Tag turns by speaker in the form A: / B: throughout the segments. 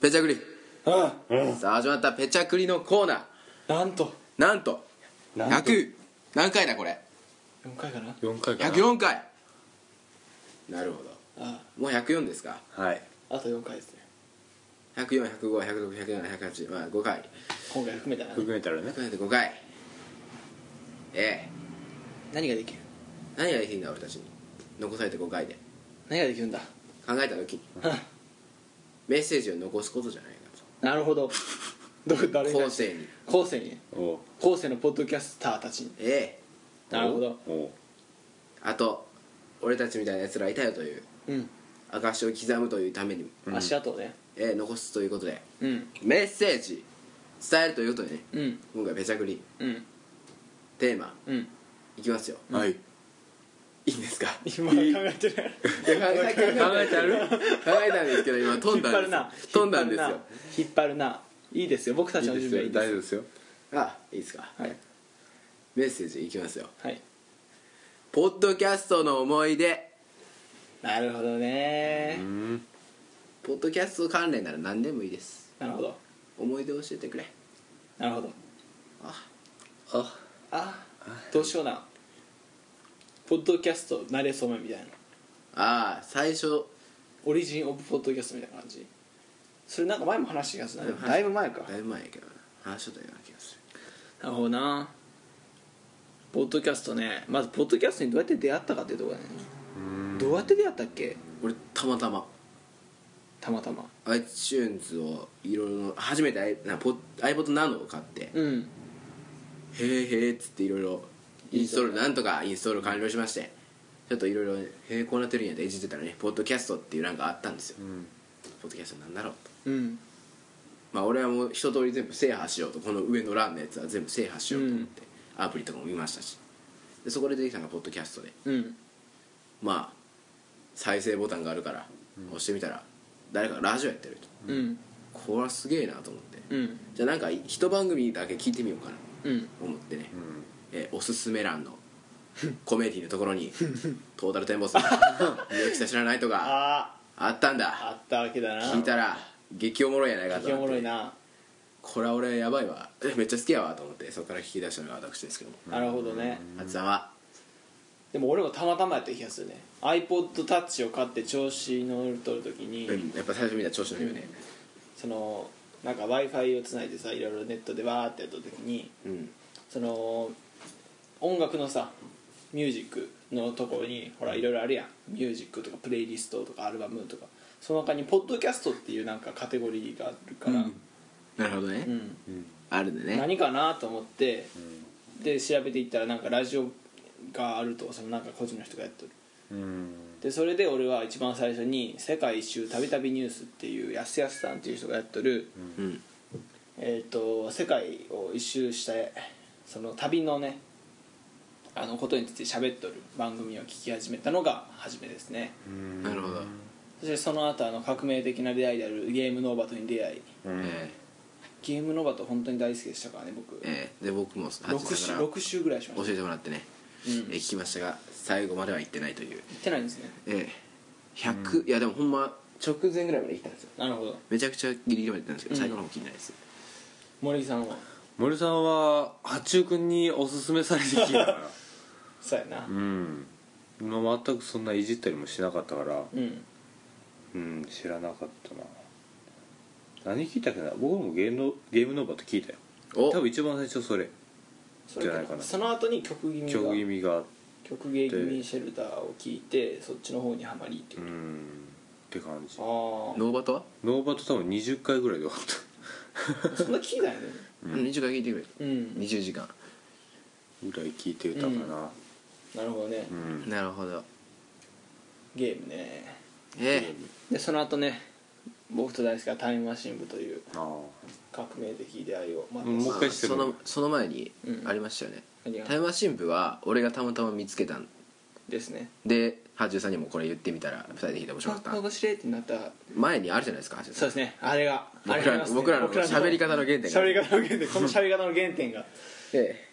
A: ペチャクリ
B: あうん
A: さあ始まったペチャクリのコーナー
B: なんと
A: なんと
B: なんと
A: 100何回だこれ
B: 4回かな
C: 4回かな
A: 104回なるほど
B: あ
A: もう104ですか
C: はい
B: あと4回ですね
A: 104105106107まあ5回
B: 今回含めたらね
C: 含めたらね
A: 含めて5回ええ
B: 何ができる
A: 何ができるんだ俺たちに残されて5回で
B: 何ができるんだ
A: 考えた時にメッセージを残すことじゃないか
B: なるほどど
A: と
B: 誰が
A: 後世に
B: 後世に
C: おう
B: 後世のポッドキャスターたちに
A: ええ
B: なるほど
C: おう
A: あと俺たちみたいな奴らいたよという
B: うん
A: 証を刻むというためにも、
B: 足跡をね
A: ええ残すということで
B: うん
A: メッセージ伝えるということでね
B: うん
A: 今回ペチャクリ
B: うん
A: テーマ
B: うん
A: いきますよ
C: はい
A: いいんですか考
B: 今考えてない
A: え てある考えたんですけど今飛ん
B: 引っ張
A: だ
B: る
A: ん
B: な
A: です飛んだんですよ
B: 引っ張るないいですよ僕たちの準備はいいです
C: 夫ですよ
A: あいいですか
B: はい
A: メッセージいきますよ
B: はい
A: ポッドキャストの思い出
B: なるほどね
C: うん
A: ポッドキャスト関連なら何でもいいです
B: なるほど
A: 思い出教えてくれ
B: なるほど
A: あ
C: あ
B: あどうしようなポッドキャスト慣れそめみたいな
A: あー最初
B: オリジン・オブ・ポッドキャストみたいな感じそれなんか前も話した気がするなだいぶ前か
A: だいぶ前やけどな話しとったような気がする
B: なるほどなポッドキャストねまずポッドキャストにどうやって出会ったかっていうところだねどうやって出会ったっけ
A: 俺たまたま
B: たまたま
A: iTunes をいろいろ初めて i- なポ iPod ナノを買って
B: うん
A: 「へーへー」っつっていろいろインストールなんとかインストール完了しましてちょっといろいろ「へえこうなってるんや」っていじってたらね「ポッドキャスト」っていうなんかあったんですよ、
C: ん
A: ポッドキャストなんだろうと
B: うん
A: まあ俺はもう一通り全部制覇しようとこの上の欄のやつは全部制覇しようと思って、アプリとかも見ましたしでそこで出てきたのがポッドキャストで
B: うん
A: まあ再生ボタンがあるから押してみたら誰かがラジオやってると
B: うん
A: これはすげえなと思って
B: うん
A: じゃあなんか一番組だけ聞いてみようかな
B: うん
A: と思ってね、
C: うん
A: えーおすすめ欄のコメディのところに「トータルテンボス」「みゆきさ知らない」とか
B: あ
A: あったん
B: ああ
A: だ
B: ったわけだな
A: 聞いたら激おもろいやないかと
B: 激お
A: 思
B: も
A: っ
B: ろい
A: て
B: な
A: これは俺やばいわえめっちゃ好きやわと思ってそこから聞き出したのが私ですけども
B: なるほどね
A: あつさんは
B: でも俺もたまたまやった気がするね iPodTouch を買って調子に乗るとるときに、
A: うんやっぱ最初見たら調子のいいよね
B: そのなんか w i f i をつないでさいろいろネットでわーってやった時に
A: うん
B: その音楽のさミュージックのところにほらいろいろあるやんミュージックとかプレイリストとかアルバムとかその中にポッドキャストっていうなんかカテゴリーがあるから、
A: うんなるほどね、
B: うん
A: あるんでね
B: 何かなと思って、で調べていったらなんかラジオがあるとそのなんか個人の人がやってる
C: うん
B: でそれで俺は一番最初に「世界一周たびたびニュース」っていうやすやすさんっていう人がやってる、
A: うん
B: えー、と世界を一周してその旅のねあのことについて喋っとる番組を聞き始めたのが初めですね
C: うん
A: なるほど、
B: そしてその後あの革命的な出会いであるゲームノーバトに出会い
C: うん
A: え
B: ゲームノーバト本当に大好きでしたからね僕
A: ーえーで僕も初
B: 6
A: さ
B: 週
A: んから
B: 六週ぐらいしま
A: 教
B: した
A: えてもらってね、
B: うん
A: えー聞きましたが最後までは行ってないという
B: 行ってないんですね
A: ええ100、いやでもほんま直前ぐらいまで行ったんですよ
B: なるほど
A: めちゃくちゃギリギリまで行ったんですけど、
B: うん
A: 最後の方気にないです
B: 森木さんは
C: 森さんは八中君におすすめされてきたから
B: そうやな
C: うんまあ全くそんないじったりもしなかったから
B: うん
C: うん知らなかったな何聞いたっけな僕もゲームのゲームノーバーと聞いたよ
A: お
C: 多分一番最初それ
B: それ
C: じゃないかな
B: その後に曲気味が
C: 曲気味があって
B: 曲芸気味シェルターを聞いてそっちの方にはまりって
C: う
B: こと、
C: んって感じ
B: ああ
A: ノーバトは、
C: ノーバーと多分20回ぐらいで終わっ
B: そんな聞いたよね
A: うん、20回聞いてくれ
B: うん
A: 20時間、
C: たぐらい聞いてたかな
B: なるほどね、
C: うん、
A: なるほど
B: ゲームね
A: え
B: でその後ね僕と大輔がタイムマシン部という
C: ああ
B: 革命的出会いをまた
C: うん
A: え
C: もう一回して
A: そ
C: もらう
A: のその前に
B: うん
A: ありましたよね、
B: 何が
A: タイムマシン部は俺がたまたま見つけたん
B: ですね
A: でハチュウさんにもこれ言ってみたら2人で弾いて面白か
B: あ
A: った
B: 面白いってなった
A: 前にあるじゃないですかハチュウ
B: そ
A: さ
B: うんですねあれがあ
A: 僕
B: れがあり
A: ら
B: ますね
A: 僕らの喋り方の原点が
B: 喋り方の原点この喋り方の原点が
A: え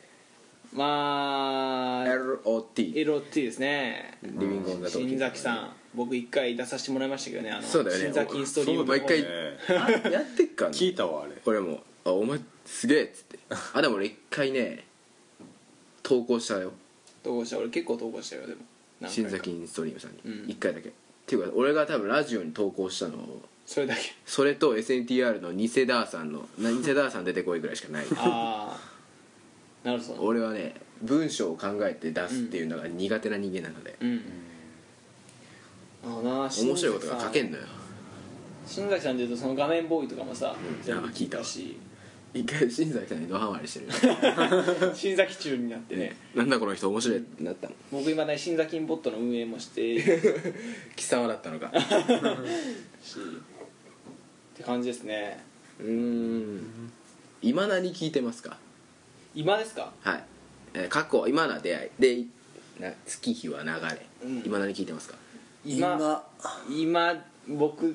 B: ま
A: え
B: あ
A: LOT
B: LOT ですね
A: リビングオンザ東京
B: 新崎さん僕一回出させてもらいましたけどねあの
A: そうだよね
B: 新座金ストリームの
A: そうだよねあやってっかんの
C: 聞いたわあれ
A: 俺も「あお前すげえ」っつってあでも俺一回ね投稿したよ
B: 投稿した俺結構投稿したよでも何回
A: 新
B: か
A: 崎インストリームさんに
B: うん
A: 一、回だけっていうか俺が多分ラジオに投稿したのを
B: それ だけ
A: それと SNTR の偽ダーさんのな偽ダーさん出てこいぐらいしかない
B: ああなるほど
A: 俺はね文章を考えて出すっていうのが苦手な人間なので、
B: うんあのな面
A: 面白いことが書けんのよ
B: 新崎さんでいうとその画面ボーイとかもさ、
A: うん
B: 全部
A: あ聞いたわ
B: し
A: 一回新崎さんにドハマり してる
B: 新崎中になって
A: で
B: ね
A: ねなんだこの人面白いってなったの
B: 僕今ね新崎インボットの運営もして
A: 貴様だったの か
B: しって感じですね
A: うーん今何聞いてますか
B: 今ですか
A: はい、えー過去今な出会いでな月日は流れ、
B: うん
A: 今何聞いてますか
B: 今今僕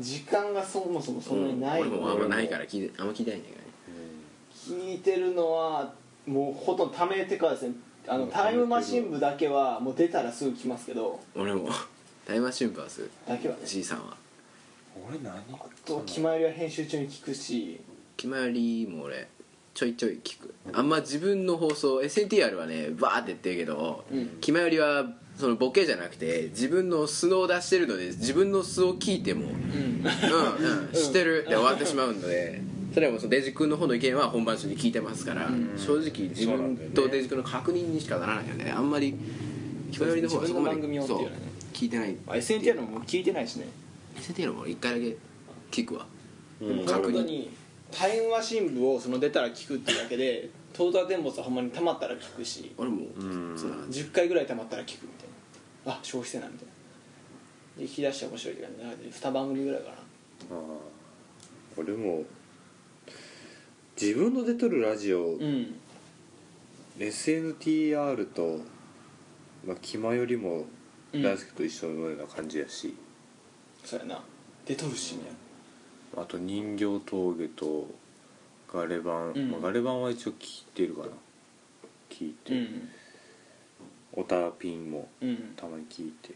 B: 時間がそもそもそんなにない
A: うん俺もあんまないからら聞いてあんま聞いてないんだけどね
B: 聞いてるのはもうほとんどためてからですねあのタイムマシン部だけはもう出たらすぐ来ますけど
A: 俺もタイマーシンバース
B: だけはね
A: G さんは
C: 俺何
B: あと決まりは編集中に聞くし
A: 決まりも俺ちょいちょい聞くあんま自分の放送 SNTR はねバーって言ってるけど、
B: うん
A: 決まりはそのボケじゃなくて自分の素のを出してるので自分の素を聞いても
B: うん
A: うんうん知ってるで終わってしまうのでそれはもうそのデジ君の方の意見は本番中に聞いてますから、正直自
C: そうなん
A: 分
C: だよね
A: とデジ君の確認にしかならないよねあんまり聞こえりの方はそこまで
B: 自分の番組をっていうよね
A: そう聞いてない
B: まあ SNTR のも聞いてないしね
A: SNTR も一回だけ聞くわ
C: うん
A: でも
B: 本
A: 確
B: 当
A: 認
B: にタイムマシン部をその出たら聞くっていうだけでトータルテンボスはほんまに溜まったら聞くし
A: 俺も
C: うん
A: そうだな
B: 10回ぐらい溜まったら聞くみたいなあ消費せなみたいなで引き出して面白いって感じなので2番組ぐらいかな
C: あー俺も自分の出とるラジオ、
B: うん
C: SNTR と、まあ、キマよりも
B: うん
C: ラスクと一緒のような感じやし、
B: そうやな出とるしみたいな
C: あと人形峠とガレ版、
B: うん
C: まあ、ガレ版は一応聞いてるかな聞いて、
B: うん
C: オタピンも
B: うん
C: たまに聞いてっ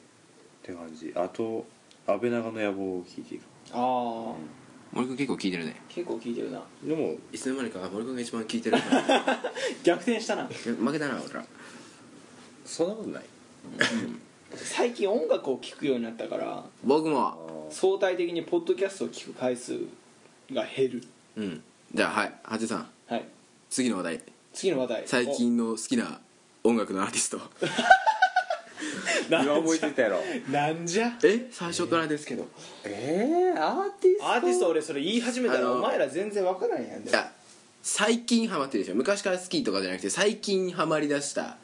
C: て感じあと安倍長の野望を聞いてる
B: ああ
A: 森君結構聞いてるね
B: 結構聞いてるな
C: でも
A: いつの間にか森君が一番聞いてる
B: 逆転したな
A: 負けたな俺ら
C: そんなことない
B: 最近音楽を聴くようになったから
A: 僕
C: あ
A: も
B: 相対的にポッドキャストを聴く回数が減る
A: うんじゃあはいハチさん
B: はい
A: 次の話題
B: 次の話題
A: 最近の好きな音楽のアーティスト
B: おなんじゃ
C: 今思いついたやろ
B: なんじゃ
A: え最初からですけど、
C: ええー、アーティ
B: アーティスト俺それ言い始めた
A: あ
B: ら
A: の
B: お前ら全然わからんやん
A: いや最近ハマってるでしょ昔から好きとかじゃなくて最近ハマりだした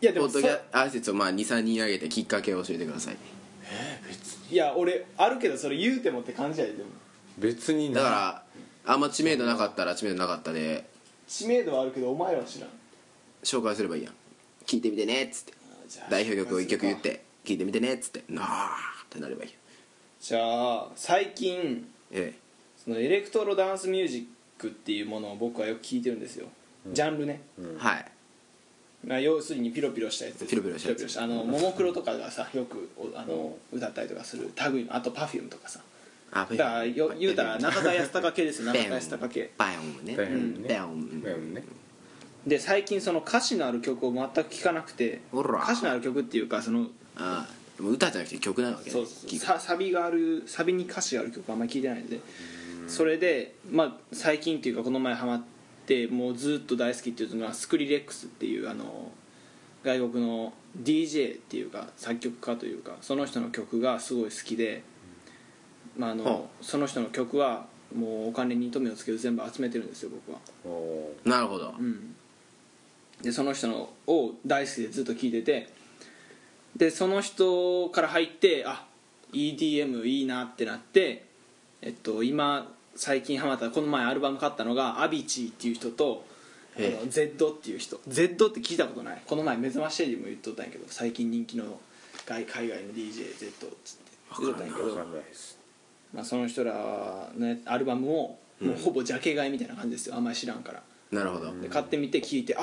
B: いやで
A: ポ
B: も
A: ッ
B: さ
A: ドキャアーティストをまあ23人挙げてきっかけを教えてください
B: いや俺あるけどそれ言うてもって感じやででも
C: 別に
A: だ
C: な
A: からあんま知名度なかったら知名度なかったで
B: 知名度はあるけどお前らは知らん
A: 紹介すればいいやん聞いてみてねっつって代表曲を1曲言って聞いてみてねっつってなあってなればいいよ
B: じゃあ最近
A: ええ
B: そのエレクトロダンスミュージックっていうものを僕はよく聞いてるんですよ、ジャンルね、
A: はい
B: まあ、要するにピロピロしたやつです
A: ピロピロしたやつ
B: あのももクロとかがさよくおあの、歌ったりとかする類のあとパフュームとかさ
A: あ
B: だからよ言うたら
A: な
B: 中田泰孝系ですよ中
A: ペ
B: 田泰孝系
A: バヨンね
C: ペンね
A: ペン
C: だよね
B: で最近その歌詞のある曲を全く聴かなくて
A: ほら
B: 歌詞のある曲っていうかその
A: ああでも歌じゃなくて曲なわけね
B: そうそう
A: 聞く
B: ササビがあるサビに歌詞がある曲あんまり聞いてないんでそれで、まあ、最近っていうかこの前ハマってもうずっと大好きっていうのがスクリレックスっていうあの外国の DJ っていうか作曲家というかその人の曲がすごい好きで、まああの
A: ほ
B: その人の曲はもうお金に糸目をつける全部集めてるんですよ僕は。
C: お
A: なるほど
B: うん、でその人のを大好きでずっと聴いててでその人から入ってあ EDM いいなってなって、えっと、今最近ハマったこの前アルバム買ったのがアビチーっていう人とあ
A: ええ
B: の Z っていう人 Z って聞いたことないこの前目覚ましテレビも言っとったんやけど最近人気の外海外の DJZ っつって言っとったんやけ
C: ーわ
B: ど
C: かんないです
B: まあ、その人らのアルバムをもうほぼジャケ買いみたいな感じですよ、あんまり知らんから
A: なるほど
B: で買ってみて聞いてあ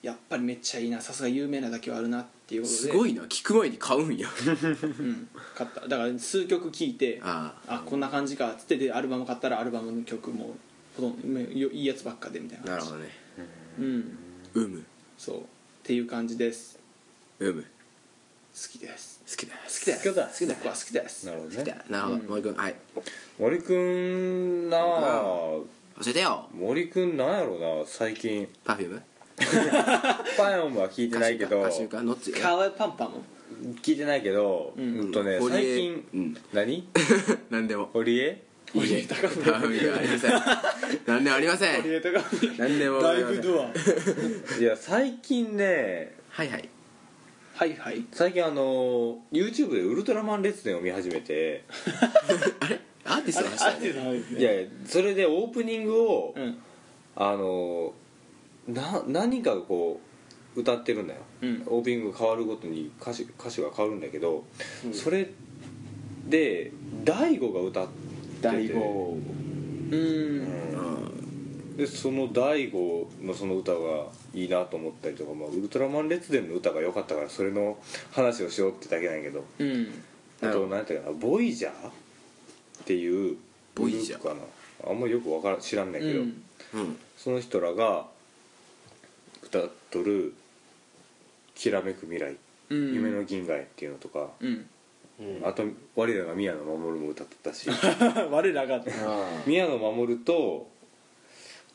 B: やっぱりめっちゃいいなさすが有名なだけはあるなっていうことです
A: ごいな聞く前に買うんや
B: うん、買っただから数曲聴いて
A: ああ
B: こんな感じかっつってでアルバム買ったらアルバムの曲もほとんどよいいやつばっかでみたいな
A: な
B: 感
A: る
B: じ
A: ほどね
B: うん
A: 有無
B: そうっていう感じです
A: 有無好
B: 好きです
A: きだ
B: 好きです
C: 好きだ
B: 好きだ僕は好きです
C: なるほど
A: 好きだ
C: ね
A: なるほど
B: うん
A: 森君はい
C: 森くんなあ
A: 教えてよ
C: 森くんなんやろうな最近
A: パフューム
C: パンは聞いてないけど
A: 歌手かノッチ
B: カワイパンパンも
C: 聞いてないけど
B: うん
C: うんとね
A: 堀江
C: 最近
A: うん
C: 何
A: 何でも
C: 堀江
A: いいえ
B: 高文
A: 高文ではありません何でもありません
B: えたか
A: 何でもありません
B: ア
C: いや最近ね
A: はいはい
B: はいはい
C: 最近あの YouTube で「ウルトラマン列伝」を見始めて
A: アーティストの話
B: あ
A: だ
B: れだね
C: いやそれでオープニングを
B: うん
C: あのな何かこう歌ってるんだよ、
B: うん
C: オープニングが変わるごとに歌詞歌詞が変わるんだけど、それで大悟が歌ってて
B: うん
C: でその大悟のその歌がいいなと思ったりとか、まあ、ウルトラマン列伝の歌が良かったからそれの話をしようってだけなんやけど
B: うん
C: あ
A: なるほ
C: と
A: ど
C: 何やったかな「ボイジャー」っていう
A: ボイジャー
C: グループかなあんまよくわからん知らんねんけど、
B: うん
A: うん
C: その人らが歌っとる「きらめく未来」
B: うん
C: 夢の銀河へ」っていうのとか、
B: うん
C: あと我らが宮野真守も歌ってたし
B: 我らが
C: 宮野真守と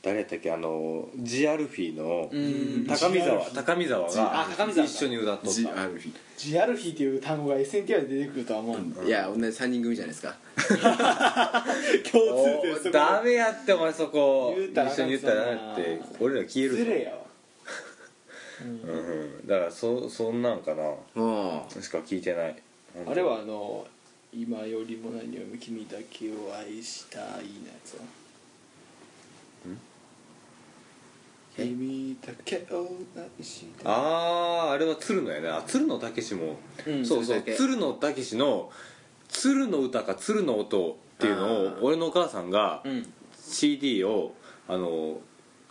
C: 誰やったっけあのジアルフィーの
B: うん
C: 高見沢高見沢
B: あ高見沢
C: が
B: か
C: 一緒に歌っとっ
A: ジ
C: た
A: アルフィ
B: ジアルフィーっていう単語が SNTR で出てくるとは思う
A: いや同じ3人組じゃないですか
B: 共通
C: お
B: 点そこ
C: ダメやってお前そこ
B: 言うたらあ
C: 一緒
B: かん
C: に言ったらなって俺ら消えるぞ
B: 失礼やわ
C: うんうん、だからそそんなんかな
A: も
C: しか聞いてない
B: あれはあの今よりも何よりも君だけを愛したいなやつは君だけを愛したい
C: あああれは鶴野やねあ鶴野武しも、
B: うん
C: そうそう
A: 鶴武
C: 鶴野武しの「鶴の歌か鶴の音」っていうの
A: あ
C: を
A: ー
C: 俺のお母さんが
B: うん
C: CD をあの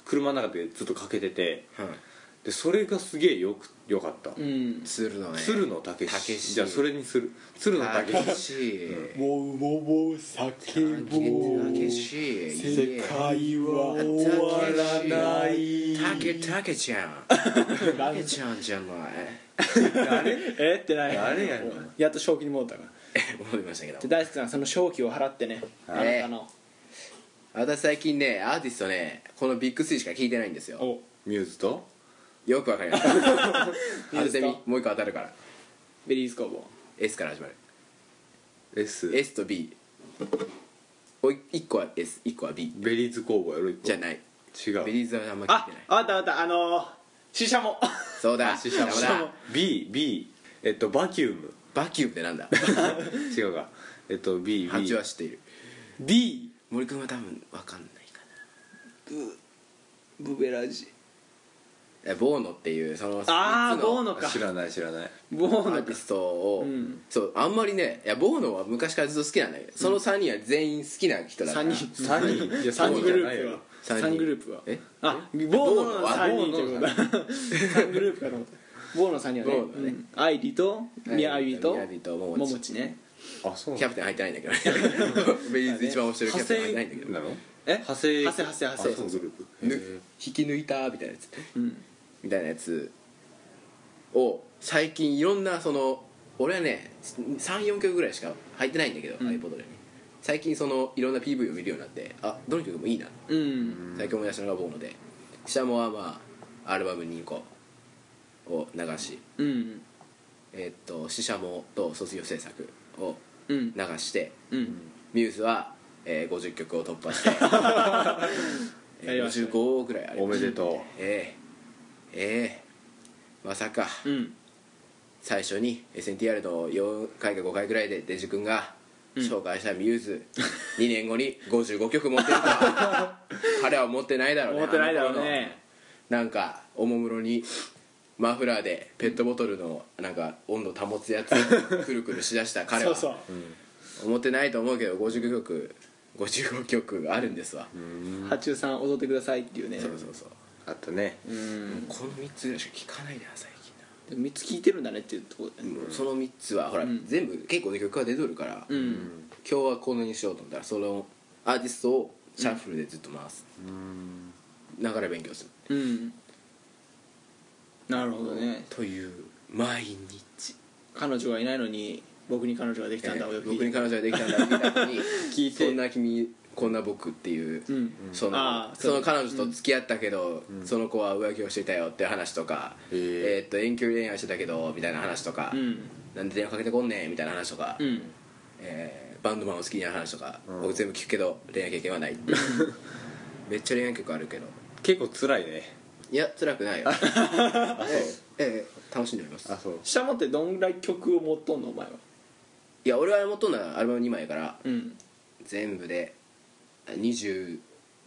C: 車の中でずっとかけてて
A: う
C: でそれがすげえよくよかった、
B: うん
A: 鶴のね
C: 鶴野武
A: 武
C: し
A: し
C: じゃあそれにする鶴野
A: 激
C: 武し
A: しい
B: もうもうもう叫ぼう
A: 激しい
B: 世界は終わら ない
A: たけたけちゃんたけちゃんじゃない
B: えってない
C: 誰やねん
B: やっと正気に戻ったから
A: 思いましたけ
B: で
A: ど
B: 大輔さんその正気を払ってねあ
A: はい
B: なたの
A: 私最近ねアーティストねこのビッグスリーしか聞いてないんですよ
B: お
C: ミューズと
A: よくわかり ました当ててみもう一個当たるから
B: ベリーズ工房
A: S から始まる
C: S,
A: S と B おい一個は S 一個は B
C: ベリーズ工房やろ一個
A: じゃない
C: 違う
A: ベリーズはあんま聞い
B: あ
A: てない
B: あったあったあのーシシャモ
A: そうだ
C: しかも
A: そうだ
C: B B えっとバキュー ム
A: バキュームってなんだ
C: 違うかえっと B
A: ハ
C: B
A: チは知っている
B: D
A: 森君は多分わかんないか
B: ブブベラジ
A: なえボーノっていうその
B: あ
A: 三
B: ー
A: つの
B: ボーノか
C: 知らない知らない
B: ボ
A: ア
B: ー
A: ー
B: ノ
A: ティストを、
B: うん
A: そうあんまりねいやボーノは昔からずっと好きなんだけどその3人は全員好きな人だから
B: 3人
C: 三人いや
B: 3人グループは
A: 三人
B: 3グループは
A: え
B: あボーノの
A: あ
B: 3人ということだ
A: ボ
B: 3グループかと思ったボーノの3人はね
A: ボーノね
B: うんアイリとミヤビと
A: ミヤビとモ
B: モ
A: モチ
B: モチね
C: あそう
A: キャプテン入ってないんだ けどねベリーズ一番推してるキャプテン入ってないんだけど
C: なの
B: え
C: 派生
B: 派生派生派生
C: あそうグループ
A: ぬ引き抜いたみたいなやつ
B: うん
A: みたいなやつを最近いろんなその俺はね34曲ぐらいしか入ってないんだけど、
B: ん
A: iPod で最近そのいろんな PV を見るようになってあどの曲もいいな
B: うん
A: 最近思い出したのがボーノで下もはまあアルバム2個を流し
B: うん
A: えっと死者もと卒業制作を
B: うん
A: 流して
B: うん
A: ミューズは、えー、50曲を突破して、え
B: やり
A: ー、
B: ましたね
A: 55ぐらいあり
C: お
A: ま
C: め
A: した
C: でと
A: ええええまさか
B: うん
A: 最初に SNTR の4回か5回ぐらいでデジ君が紹介したミュー ズ、2年後に55曲持ってると は彼は思ってないだろうね
B: 思ってないだろうね
A: なんかおもむろにマフラーでペットボトルのなんか温度保つやつをくるくるしだした彼
B: そう
A: は
B: そう
A: 思ってないと思うけど50曲55曲あるんですわ、
B: 「八中さん踊ってください」っていうね
A: そうそうそう
C: あったね
B: うん
A: この3つぐらいしか聞かないな最近な
B: でも3つ聞いてるんだねっていうところで、
A: もうその3つはほら、
B: うん
A: 全部結構ね曲が出とるから、
B: う
A: 今
B: ん
A: 日はこのにしようと思ったらそのアーティストをシャッフルでずっと回す、
C: うん
A: 流れ勉強する
B: うんなるほどね
A: という毎日
B: 彼女がいないのに僕に彼女ができたんだをよく聞い
A: 僕
B: て
A: に彼女ができたんだって言った後に
B: 聞いて
A: そんな君こんな僕っていう、
B: うん
A: その
B: あー
A: そ
B: そう
A: の彼女と付き合ったけど、
C: うん
A: その子は浮気をしていたよっていう話とか、
C: へー
A: えーっと遠距離恋愛してたけどみたいな話とか、
B: うん
A: なんで電話かけてこんねんみたいな話とか、
B: うん
A: えーバンドマンを好きになる話とか、
C: うん
A: 僕全部聞くけど恋愛経験はない めっちゃ恋愛曲あるけど
C: 結構辛いね
A: いや辛くないよ
C: あそう
A: ええええ楽しんでおります
C: あそう
B: 下もってどんぐらい曲を持っとんのお前はい
A: や俺は元のアルバム2枚やから
B: うん
A: 全部で20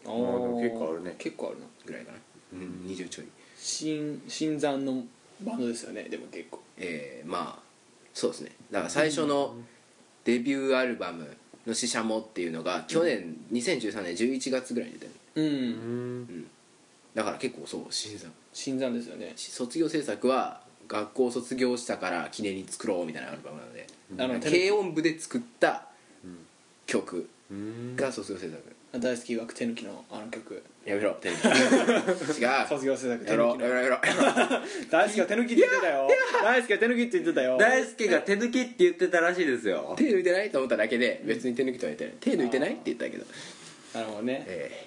B: あ
C: ーでも結構あるね
B: 結構あるな
A: ぐらいかな、うん、20ちょい
B: 新新参のバンドですよねでも結構
A: えー、まあそうですねだから最初のデビューアルバムの「ししゃも」っていうのが去年2013年11月ぐらいに出てる
B: うん
A: だから結構そう新参
B: 新参ですよね
A: 卒業制作は学校を卒業したから記念に作ろうみたいなアルバムなので
B: あの
A: 軽音部で作った曲
C: うん
A: が卒業制作
B: 大好き枠手抜きのあの曲
A: やめろテレビ 違う
B: 卒業制作
A: や
B: 手
A: めろ
B: 抜き
A: やめろや
B: の
A: めろ
B: 大好きが手抜きって言ってたよ大好きが手抜きって言ってたよ
C: 大輔が手抜きって言ってたらしいですよ
A: 手抜いてないと思っただけで別に手抜きとは言ってない手抜いてないって言ったけど
B: なるほどね
A: え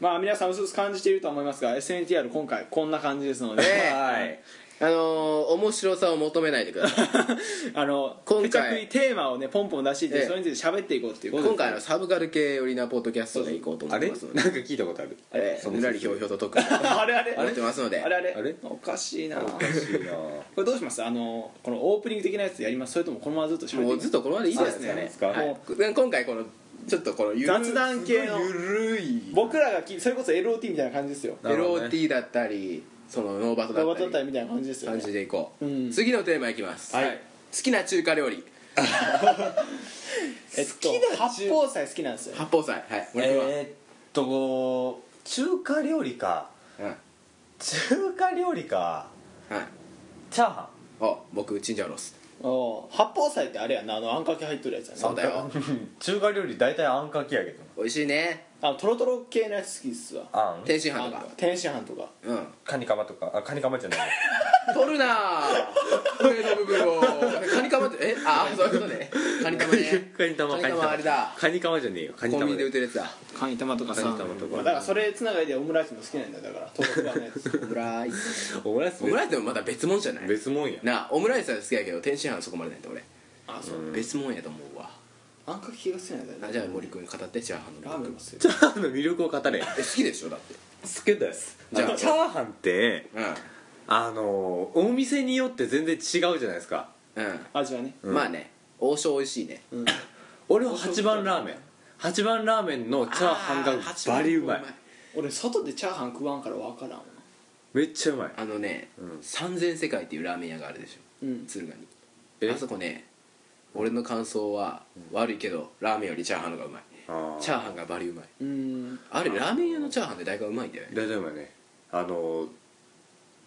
B: まあ皆さんうすうす感じていると思いますが SNTR 今回こんな感じですので、
A: ええ
B: はい
A: ーあのー面白さを求めないでください
B: あの
A: 今
B: 今
A: 回
B: 回にテーマをねポンポン出していって、
A: ええ
B: それについて喋っていこうっていう
A: 今回あのサブカル系寄りなポッドキャストでいこうと思
C: あ
A: って
C: れ
A: ますの
C: な
A: で
C: んか聞いたことある
A: あれ
C: その
A: ぬらりひょうひょうと特化
B: あれあれ
A: 思ってますので
B: あれあれ
C: あれ
B: おかしいなこ
C: おかしいな
B: れどうしますあのこのオープニング的なやつやりますそれともこのままずっと喋ってい
A: も
B: く
A: うずっとこのままでいいじゃない
C: そう
A: で
C: ですす
A: か
C: ね
A: ねはい
B: も
A: 今回このちょっとこのゆる
B: 雑談系の
C: ゆるい
B: 僕らがきそれこそ LOT みたいな感じですよ
C: なるほどね
A: LOT だったりそのノーバトだ
B: ロバト
A: っ
B: った
A: たり
B: りみたいな感じですよ
A: 感
B: ね
A: じでいこう、
B: うん
A: 次のテーマいきます、
C: はい
A: 好きな中華料理
B: えっと八宝菜好きなんですよ
A: 八宝菜はい俺は、
C: えーっと中華料理か中華料理か
A: うんはい
C: チャーハ
A: あ僕チンジャオロース
B: おう八宝菜ってあれやんなあのあんかけ入ってるやつやな
A: そうだよ
C: ン 中華料理大体あんかけやけど
A: 美味しいね
B: あのトロトロ系のやつ好きっすわ
C: あん
A: 天津飯とか
B: 天津飯とか
A: うん
C: カニカマとかあカニカマじゃない
A: 取るなぁ上の部分をカニカマってえあそういうことねカニカマね
C: カニ玉
A: カニ玉あれだ
C: カニカマじゃねえよカニ
A: コン
C: カ
A: ビ
C: マ
A: ニで売ってるやつだ
B: カニ玉とか
C: さカニ玉とか
B: だからそれつながりでオムライスも好きなんだよだからトロトロのや つ
A: オムライス
C: オムライス
A: オムライスでもまた別物じゃない
C: 別もんや
A: なあオムライスは好きやけど天津飯はそこまでなんだ俺
B: あそう
A: 別物やと思うわ
B: あんかけが好きなんだよ
A: あ
B: ね
A: じゃあ森君語ってチャーハンの
B: ラーメンも好き
C: チャーハンの魅力を語れ好
A: え好きでしょだって
C: きです
A: じ
C: じ
A: ゃあ
C: ゃあチャーハンって
A: う
C: あのお店によって全然違うじゃないですか
A: ん
B: 味はね
A: うんまあね王将美味しいね
B: うん
C: 俺は八番ラーメン八番ラーメンのチャーハンがバリうまい
B: 俺外でチャーハン食わんから分からんわ
C: めっちゃうまい
A: あのね
C: うん
A: 三千世界っていうラーメン屋があるでし
B: う
A: ょ
B: ん
A: 敦賀に
C: え
A: あそこね俺の感想は悪いけどラーメンよりチャーハンの方がうまい
C: あ
A: チャーハンがバリうまいう
B: ーん
A: あれラーメン屋のチャーハンって大体うまいんだよね
C: 大体うまいねあの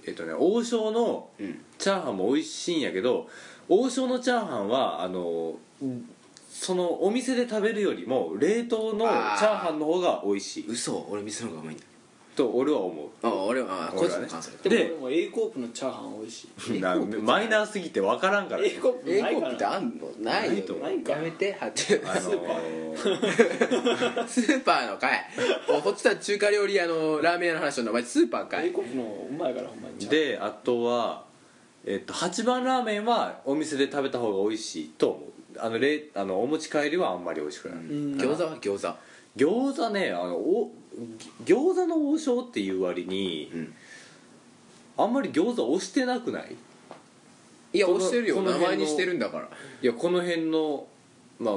C: えっとね王将の
A: うん
C: チャーハンも美味しいんやけど王将のチャーハンはあのそのお店で食べるよりも冷凍のチャーハンの方が美味しい
A: 嘘俺店の方がうまいんだ
C: と俺は思う
A: あ俺はあこいつの感想だ
B: で
A: で
B: も
C: で
B: 俺も A コープのチャーハン美味しい
C: なマイナーすぎて分からんから
B: A コープ
A: A
B: な
A: コ
B: い
A: ー
B: か
A: プって
B: ら
A: あんのないよ
C: ないと思う
B: ないか
A: やめてはち
C: あのー
A: スーパーのかいおこっちは中華料理屋のラーメン屋の話のお前スーパーか
B: A
A: い
B: コープのうまいからほんまにチャーハン
C: であとは、えっと、八番ラーメンはお店で食べた方が美味しいと思うあのれあのお持ち帰りはあんまり美味しくない、
B: ん
A: 餃子は餃子
C: 餃子ねあのおぎ餃子の王将っていう割に、
A: うん
C: あんまり餃子押してなくない
A: いや
C: この
A: 押してるよ
C: この
A: 名前
C: 辺の
A: にしてるんだから
C: いやこの辺のまあ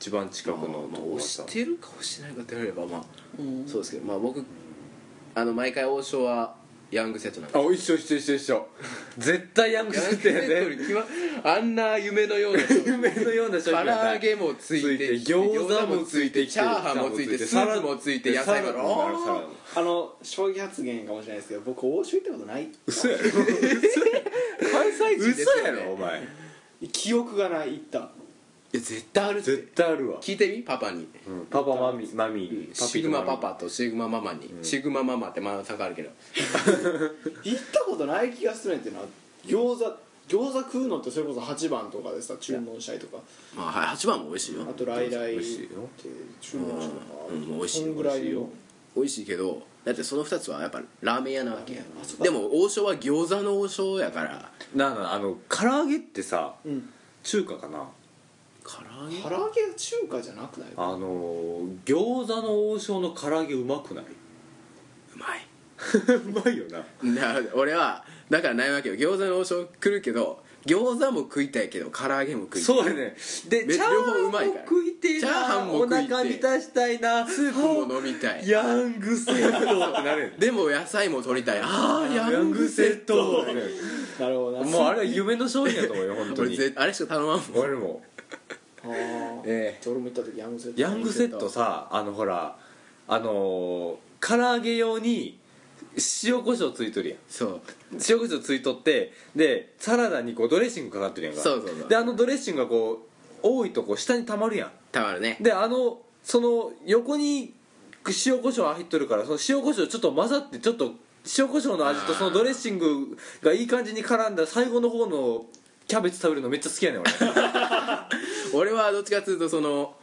C: 一番近くのと
A: 押
C: こは
A: し
C: さ
A: てるか押してないかって言われればまあ
B: うん
A: そうですけどまあ僕あの毎回王将はヤングセットなんか
C: あ一緒一緒一緒 一緒絶対ヤング
A: ヤン
C: セ
A: グ
C: ット
A: セ
C: や
A: ットに
C: ね
A: 決ま あんな夢のよう な
C: 夢のような商
A: 唐
C: 品や
A: 揚
C: な
A: げもついてきて
C: 餃子もついてきて
A: チャーハンもついてスープもついて野菜も
C: サラダもあるサラダも
B: あの衝撃発言かもしれないですけど僕欧州行ったことない
C: 嘘やろ嘘
A: 西人ですよね
C: やろお前
B: 記憶がない行った
A: いや絶対あるって
C: 絶対あるわ
A: 聞いてみパパに
C: うんパパマミマミにパ
A: シ
C: ピ
A: グ
C: とマ
A: マ
C: ミ
A: パパとシグマママに、シグマママってまあ差があるけど
B: 行ったことない気がするんやってな餃子餃子食うのってそれこそ8番とかでさ注文したりとか
A: まあはい8番も美味しいよ
B: あと来来
C: 美
B: って
C: 味しいよ
B: 注文したりとか
A: うんうん美味しい
B: そんぐらいよ
A: 美味しいけどだってその2つはやっぱラーメン屋なわけや
B: あそうか
A: でも王将は餃子の王将やから
C: なあなああの唐揚げってさ
B: うん
C: 中華かな
A: 唐揚げ
B: 唐揚げは中華じゃなくない
C: あのー餃子の王将の唐揚げうまくない
A: うまいう
C: まいよな
A: だから俺はだからないわけよ餃子の王将来るけど餃子も食いたいけど唐揚げも食いたい
C: そうやねで
A: め
C: チャー
A: 両方
C: ハ
A: う
C: ン
A: ま
C: も
A: いから
C: 食いてえな
A: チャーハンも食いてえ
C: お腹満たしたいな
A: スープも飲みたい
C: ヤングセットってなるやん
A: でも野菜も取りたいああヤングセッ
C: ト
A: ト
B: なるほどな
C: もうあれは夢の商品やと思うよ本当
A: 俺
C: に
A: 絶あれしか頼まんもん
C: 俺も
B: あー
A: ええ
B: じゃあ俺も行った時ヤングセット
C: ヤングセットさあのほらあのー唐揚げ用に塩コショウついとるやん
A: そう
C: 塩コショウついとってでサラダにこうドレッシングかかってるやんか
A: そうそうそう
C: であのドレッシングがこう多いとこう下にたまるや
A: たまるね
C: んであのその横に塩コショウ入っとるからその塩コショウちょっと混ざってちょっと塩コショウの味とそのドレッシングがいい感じに絡んだ最後の方のキャベツ食べるのめっちゃ好きやね ん俺
A: 俺はどっちかっていうとその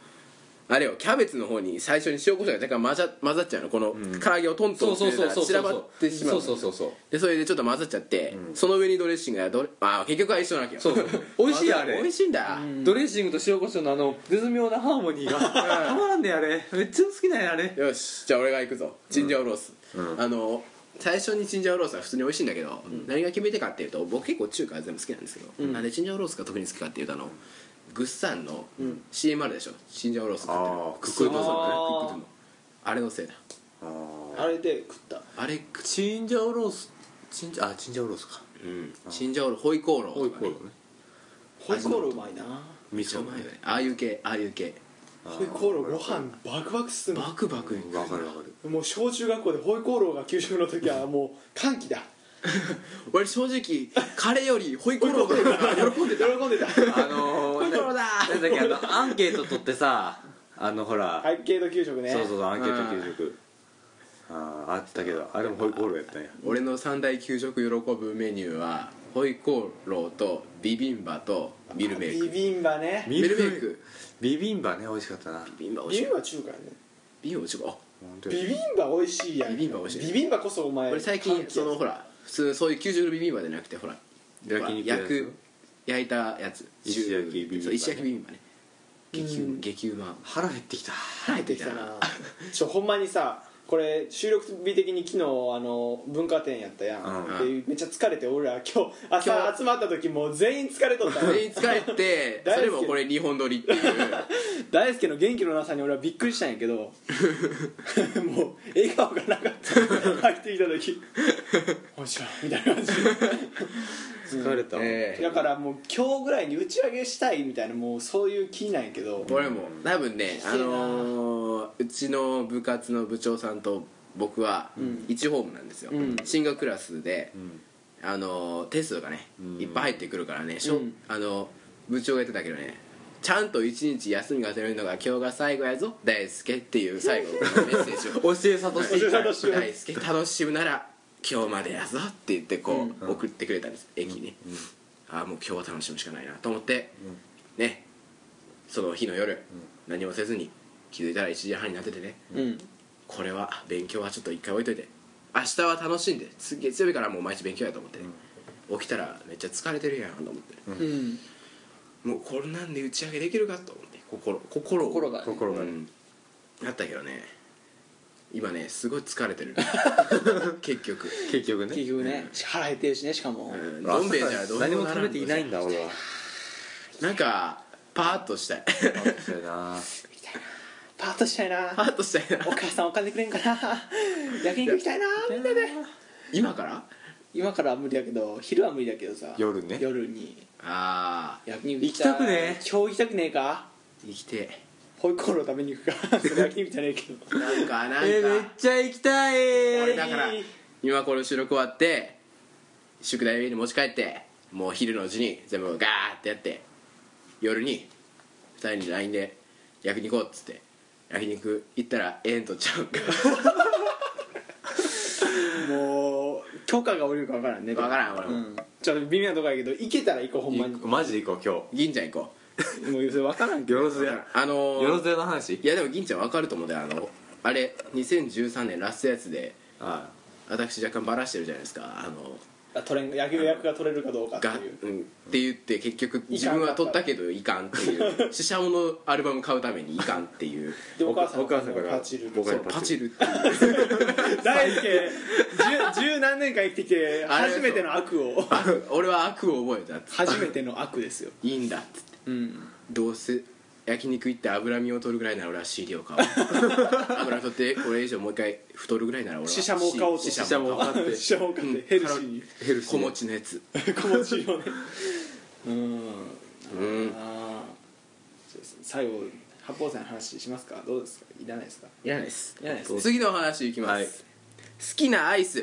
A: あれよキャベツの方に最初に塩コショウが若干混ざ混ざっちゃうのこの唐揚げをトント
C: そ
A: ン
C: う
A: してる
C: そう
A: か
C: そう
A: ら
C: そう
A: 散
C: そ
A: ら
C: う
A: ばってしまう
C: そうそうそうそう
A: でそれでちょっと混ざっちゃってその上にドレッシングがどれあー結局は一緒なわけよ
C: そうそうそう美味しいよあれ
A: 美味しいんだ
C: ドレッシングと塩コショウのあの絶妙なハーモニーがたまらんねあれめっちゃ好きなんやあれ
A: よしじゃあ俺が行くぞチンジャオロース、
C: うん
A: あの最初にチンジャオロースは普通に美味しいんだけど、何が決め手かっていうと僕結構中華全部好きなんですけど、なんでチンジャオロースが特に好きかっていうとあのグッサンの CM あるでしょチンジャオロースって言ってる
C: あー
A: クックドゥンの
B: あー
A: クックドゥンのあれのせいだ
B: あれで食った
A: あれく
C: チンジャオロースチンジャあチンジャオロースか
A: うんチンジャオローホイコーローとかね
C: ね
B: ホイコーローうまいな
A: めっちゃうまいよねああいう系ああいう系
B: ホイコーローご飯バクバク進む
A: バクバク
C: わかるわかる
B: もう小中学校でホイコーローが給食の時はもう歓喜だ
A: 俺正直カレーよりホイコーローが喜んでた
B: 喜んでた
C: あの
A: ホイコーロー
C: ー
A: だ
C: なんだっけあのアンケート取ってさあのほら
B: アイケード給食ね
C: そうそうそうアンケート給食あーあったけどあれもホイコーローやったんや
A: 俺の三大給食喜ぶメニューはホイコーローとビビンバとミルメイ
B: ビ
A: ク
B: ビンバね
A: ミルメイク
C: ビビンバね美味しかったな
A: ビビンバ美味
B: ビ
A: し
B: ビ
A: い
B: ンバ中華やね
A: ビビンバ美味しいあ
C: 本当に
B: ビビンバ美味しいやん
A: ビビンバ美味しい
B: ビビンバこそお前
A: 俺最近そのほら普通そういう給食のビビンバじゃなくてほら
C: 焼肉やつ
A: 焼く焼いたやつ
C: 石焼きビビンバね
A: そう石焼きビビンバね激う
B: うん
A: 激うま
C: 腹減ってきた
A: 入
B: 入ってきたなちょほんまにさこれ収録日的に昨日あの文化展やったやん、
A: うん
B: でめっちゃ疲れて俺ら今日朝
A: 今日
B: 集まった時もう全員疲れと った
A: 全員疲れて
B: 大好き
A: それもこれ日本撮りっていう
B: 大輔の元気のなさに俺はびっくりしたんやけ どもう笑顔がなか った入ってきた時「おいしょ」みたいな感じ
C: 疲れた
A: ええ
B: だからもう今日ぐらいに打ち上げしたいみたいなもうそういう気なんやけど
A: 俺も多分ね
B: きてえ
A: あ
B: な
A: のーうちの部活の部長さんと僕は
B: ん
A: 1ホームなんですよ、
B: うん
A: 進学クラスで、
C: ん
A: あのーテストがね
C: ん
A: いっぱい入ってくるからね、しょ
B: うん
A: あのー部長が言ってたけどねちゃんと一日休みが取れるのが今日が最後やぞ大輔っていう最後のメッセージを
C: 教えさとし
B: 教えさとし
A: 大輔楽しむなら今日までやぞって言ってこう、
C: うん
A: 送ってくれたんです駅に、ああもう今日は楽しむしかないなと思って、ねその日の夜、何もせずに気づいたら1時半になっててね
B: うん
A: これは勉強はちょっと一回置いといて明日は楽しんで次月曜日からもう毎日勉強やと思って、起きたらめっちゃ疲れてるやんと思って、
B: うん
A: もうこんなんで打ち上げできるかと思って心心を
B: 心がね
C: 心がね
A: うんあったけどね今ねすごい疲れて る結局
C: 結局ね
B: 結局ね腹減ってるしねしか
A: う
B: も、
A: んどん兵衛じゃどうに
C: 何
A: も
C: も
A: なら
C: 食べていないんだ俺は
A: なんかパーッとしたい
C: そうやな
B: パートしたい
A: パ
B: な
A: ーッとしたいな
B: お母さんお金くれんかな焼肉行きたいなみんなで
A: 今から
B: 今からは無理だけど昼は無理だけどさ
C: 夜ね
B: 夜に
A: あ
B: 焼肉
C: 行きたくね
B: 今日行きたくねえか
A: ー生きて
B: ホイコーロー食べに行く かそれ焼肉じゃねえけど
A: なんかなんか、
C: えーめっちゃ行きたい
A: 俺だから今この収録終わって宿題に持ち帰ってもう昼のうちに全部ガーってやって夜に2人に LINE で焼肉行こうっつって焼肉行ったらええんとちゃうん か
B: もう許可が下りるか分からんね
A: 分からん俺も、
B: うんちょっと微妙なとこやけど行けたら行こうほんまにも
C: マジで行こう今
A: 銀ちゃん行こ
B: うそれ分からん
C: 日
B: けど
C: よろずや
A: うあのー
C: よろずやの話
A: いやでも銀ちゃん分かると思うんだよあのあれ2013年ラストやつで
C: あ
A: 私若干バラしてるじゃないですかあの
B: あ取れん野球役が取れるかどうかって
A: が、
B: いう
A: うん、って言って結局自分は撮ったけどいかんっていう死者のアルバム買うためにいかんっていう
B: でお母さん
C: お母さんから
B: パチル
C: 僕
A: そう
C: が
A: パチルっていう
B: 大輔十十何年間生きてきて
A: あれ
B: 初めての悪を
A: あ 俺は悪を覚えたっつって
B: 初めての悪ですよ
A: いいんだっつって
B: うん
A: どうせ焼肉行って脂身を取るぐらいなら俺は CD を買おう脂取ってこれ以上もう一回太るぐらいなら俺は
B: シシャモを買おうと
A: シシ
C: シシ
A: ャ
C: ャ
A: モ
C: モ
A: を
C: を
A: 買おう
C: 買って
B: シシャモを買ってヘルシーに
C: ヘルシー
A: 子持ちのやつ
B: 小持ちよね うん
A: うん
B: あーそうですね最後八宝菜の話しますかどうですかいらないですか
A: いらないです
B: いらないですね
A: 次のお話いきます、
C: はい
A: 好きなアイス